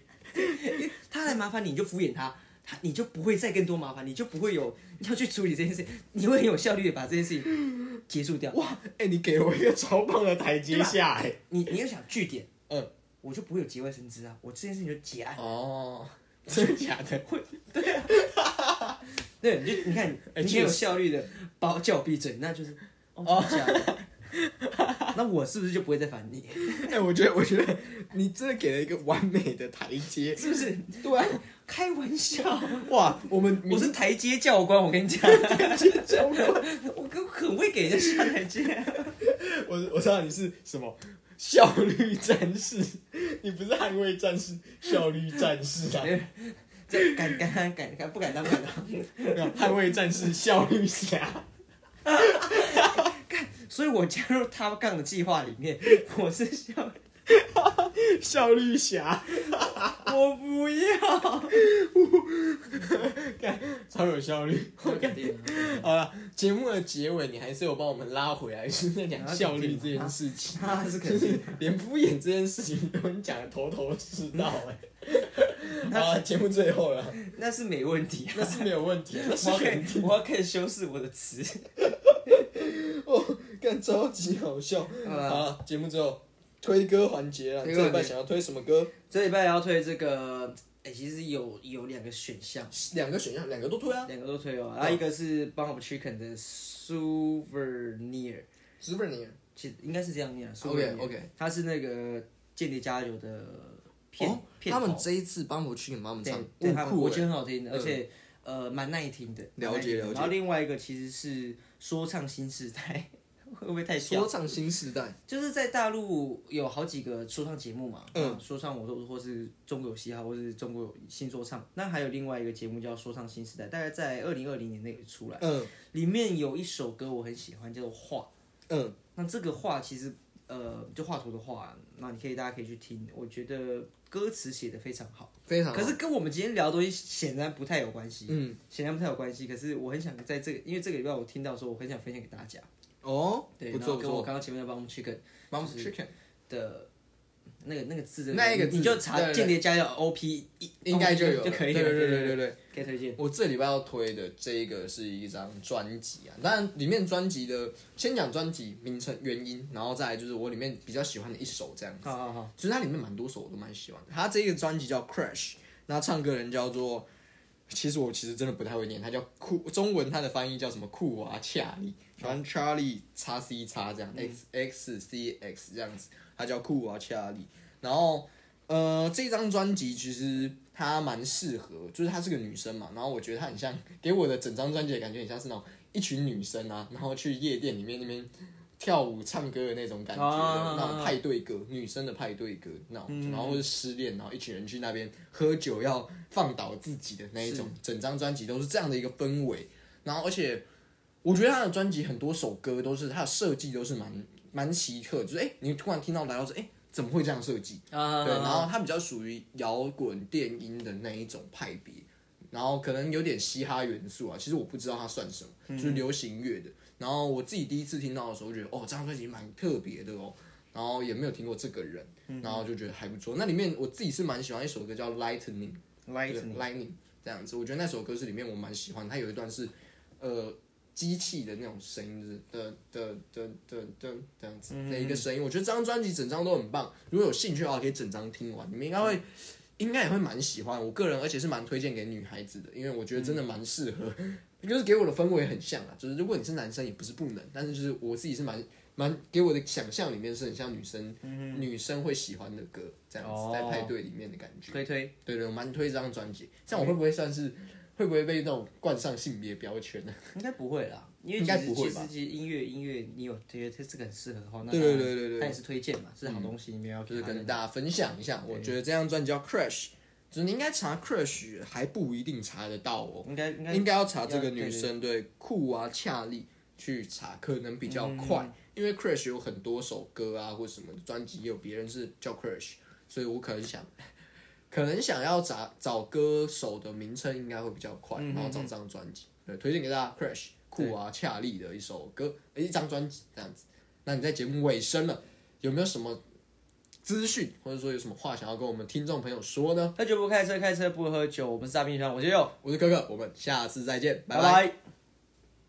A: 他来麻烦你，你就敷衍他，他你就不会再更多麻烦，你就不会有要去处理这件事，你会很有效率的把这件事情结束掉。
B: 哇，哎、你给我一个超棒的台阶下哎、
A: 你你要想据点，呃
B: 嗯，
A: 我就不会有节外生枝啊，我这件事情就结案。
B: 哦，真的假的？
A: 对，你就你看，
B: 哎
A: 你
B: 确
A: 很有
B: 实
A: 效率的把我叫我闭嘴，那就是哦，这样 的那我是不是就不会再烦你？
B: 哎、我觉得，我觉得你真的给了一个完美的台阶。
A: 是不是？
B: 对啊，
A: 开玩笑，
B: 哇，我们
A: 我是台阶教官，我跟你讲，
B: 教官，
A: 我我很会给人家下台阶。
B: 我我知道你是什么效率战士，你不是捍卫战士，效率战士啊，
A: 这敢敢敢敢不敢当不敢当，
B: 没有捍卫战士效率侠。
A: 所以我加入他杠 的计划里面，我是想
B: 效率侠，
A: 我不要。
B: 超有效率。
A: 我肯定
B: 好了，节目的结尾你还是有帮我们拉回来，啊就是在讲效率这件事 情，
A: 那是
B: 就
A: 肯
B: 是
A: 定。
B: 连敷衍这件事情都你讲的头头是道 哎。好了，节目最后了，
A: 那是没问题啊。
B: 那是没有问 题，那是
A: 我要
B: 肯
A: 开始，我要开始修饰我的词。
B: 哦， 干超级好笑。好
A: 啊
B: 了，节目之后推歌环节了，
A: 推
B: 你
A: 歌
B: 这
A: 环节
B: 礼拜想要推什么歌？
A: 这礼拜要推这个，哎、其实有有两个选项，
B: 两个选项，两个都推啊。
A: 两个都推哦。然后一个是 Bomb Chicken 的 Souvenir，
B: 是不是你？
A: 其实应该是这样念啊。
B: OK，
A: Souvenir
B: OK
A: 它是那个《间谍加油》的片、
B: 哦，
A: 片
B: 他
A: 头
B: 们这一次帮我去给他们
A: 对
B: 唱，
A: 对，
B: 哦
A: 他们
B: 酷
A: 我
B: 欸
A: 觉得很好听，而且呃蛮耐听的。
B: 了解
A: 蛮耐听的
B: 了解
A: 然后另外一个其实是说唱新时代， 会不会太小？
B: 说唱新时代，
A: 就是在大陆有好几个说唱节目嘛，
B: 嗯
A: 嗯，说唱我说或是中国有嘻哈，或是中国有新说唱，那还有另外一个节目叫说唱新时代，大概在二零二零年那个出来，
B: 嗯
A: 里面有一首歌我很喜欢，叫做《画》。
B: 嗯，
A: 那这个画其实呃，就画图的画，那你可以大家可以去听，我觉得歌词写的非常好，
B: 非常好
A: 可是跟我们今天聊的东西显然不太有关系，
B: 嗯
A: 显然不太有关系。可是我很想在这个，因为这个礼拜我听到说，我很想分享给大家。
B: 哦，
A: 对，
B: 不
A: 然后
B: 错不
A: 跟我
B: 错
A: 刚刚前面的帮我们去跟
B: b u m Chicken
A: 的那个那个字的
B: 那一个字
A: 你就查
B: 对
A: 《
B: 对对
A: 间谍家的 OP 一
B: 应该就有了
A: 就可以
B: 对
A: 了。
B: 对对对
A: 对
B: 对对。
A: 可以推荐。
B: 我这礼拜要推的这一个是一张专辑啊，当然里面专辑的先讲专辑名称原因，然后再来就是我里面比较喜欢的一首这样子。
A: 好好好，
B: 其实它里面蛮多首我都蛮喜欢的。它这个专辑叫 Crash，那唱歌人叫做，其实我其实真的不太会念，它叫库，中文它的翻译叫什么库娃恰利，反正 Charlie 叉 C 叉这样、x X C X 这样子，它叫库娃恰利。然后呃，这张专辑其实她蛮适合，就是她是个女生嘛，然后我觉得她很像，给我的整张专辑的感觉很像是那种一群女生啊，然后去夜店里面那边跳舞唱歌的那种感觉的
A: 啊
B: 那种派对歌，女生的派对歌那种，然后或是失恋，然后一群人去那边喝酒要放倒自己的那一种，整张专辑都是这样的一个氛围，然后而且。我觉得他的专辑很多首歌都是他的设计都是蛮蛮奇特，就是哎、诶你突然听到来到这，哎、怎么会这样设计？
A: 啊
B: 对，然后它比较属于摇滚电音的那一种派别，然后可能有点嘻哈元素啊。其实我不知道它算什么，
A: 嗯
B: 就是流行乐的。然后我自己第一次听到的时候，觉得哦，这张专辑蛮特别的哦。然后也没有听过这个人，
A: 嗯
B: 然后就觉得还不错。那里面我自己是蛮喜欢一首歌叫《Lightning》。
A: Lightning，
B: Lightning 这样子，我觉得那首歌是里面我蛮喜欢，它有一段是呃机器的那种声音，就是的的的的的这样
A: 嗯
B: 子的一个声音。我觉得这张专辑整张都很棒，如果有兴趣的话可以整张听完，你们应该会。
A: 嗯
B: 应该也会蛮喜欢，我个人而且是蛮推荐给女孩子的，因为我
A: 嗯
B: 觉得真的蛮适合， 就是给我的氛围很像啊。就是如果你是男生也不是不能，但是就是我自己是蛮蛮给我的想象里面是很像女生、女生会喜欢的歌这样
A: 嗯
B: 子，
A: 哦
B: 在派对里面的感觉。
A: 可以推。
B: 对对，我蛮推这张专辑。这样我会不会算是会不会被那种冠上性别标签呢？
A: 应该不会啦，因为
B: 应
A: 其
B: 该
A: 实
B: 不会
A: 其
B: 吧
A: 实其实音乐音乐，你有觉得这个很适合的话，那
B: 对对对对对嗯
A: 它也是推荐嘛，是好东西，你们要
B: 就是
A: 给它
B: 跟大家分享一下，我觉得这张专辑叫 Crash，就是你应该查 Crash 还不一定查得到哦，
A: 应该应该
B: 应该要查这个
A: 要
B: 女生对酷啊恰丽去查，可能比
A: 嗯
B: 较快，因为 Crash 有很多首歌啊或什么专辑，也有别人是叫 Crash，所以我可能想。 可能想要找找歌手的名称应该会比较快，
A: 嗯嗯嗯
B: 然后找这张专辑，对，推荐给大家 Crash 酷啊恰丽的一首歌，呃一张专辑这样子。那你在节目尾声了，有没有什么资讯，或者说有什么话想要跟我们听众朋友说呢？
A: 喝酒不开车，开车不喝酒。我们是大冰箱，我是佑，
B: 我是可可，我们下次再见，拜拜。
A: 拜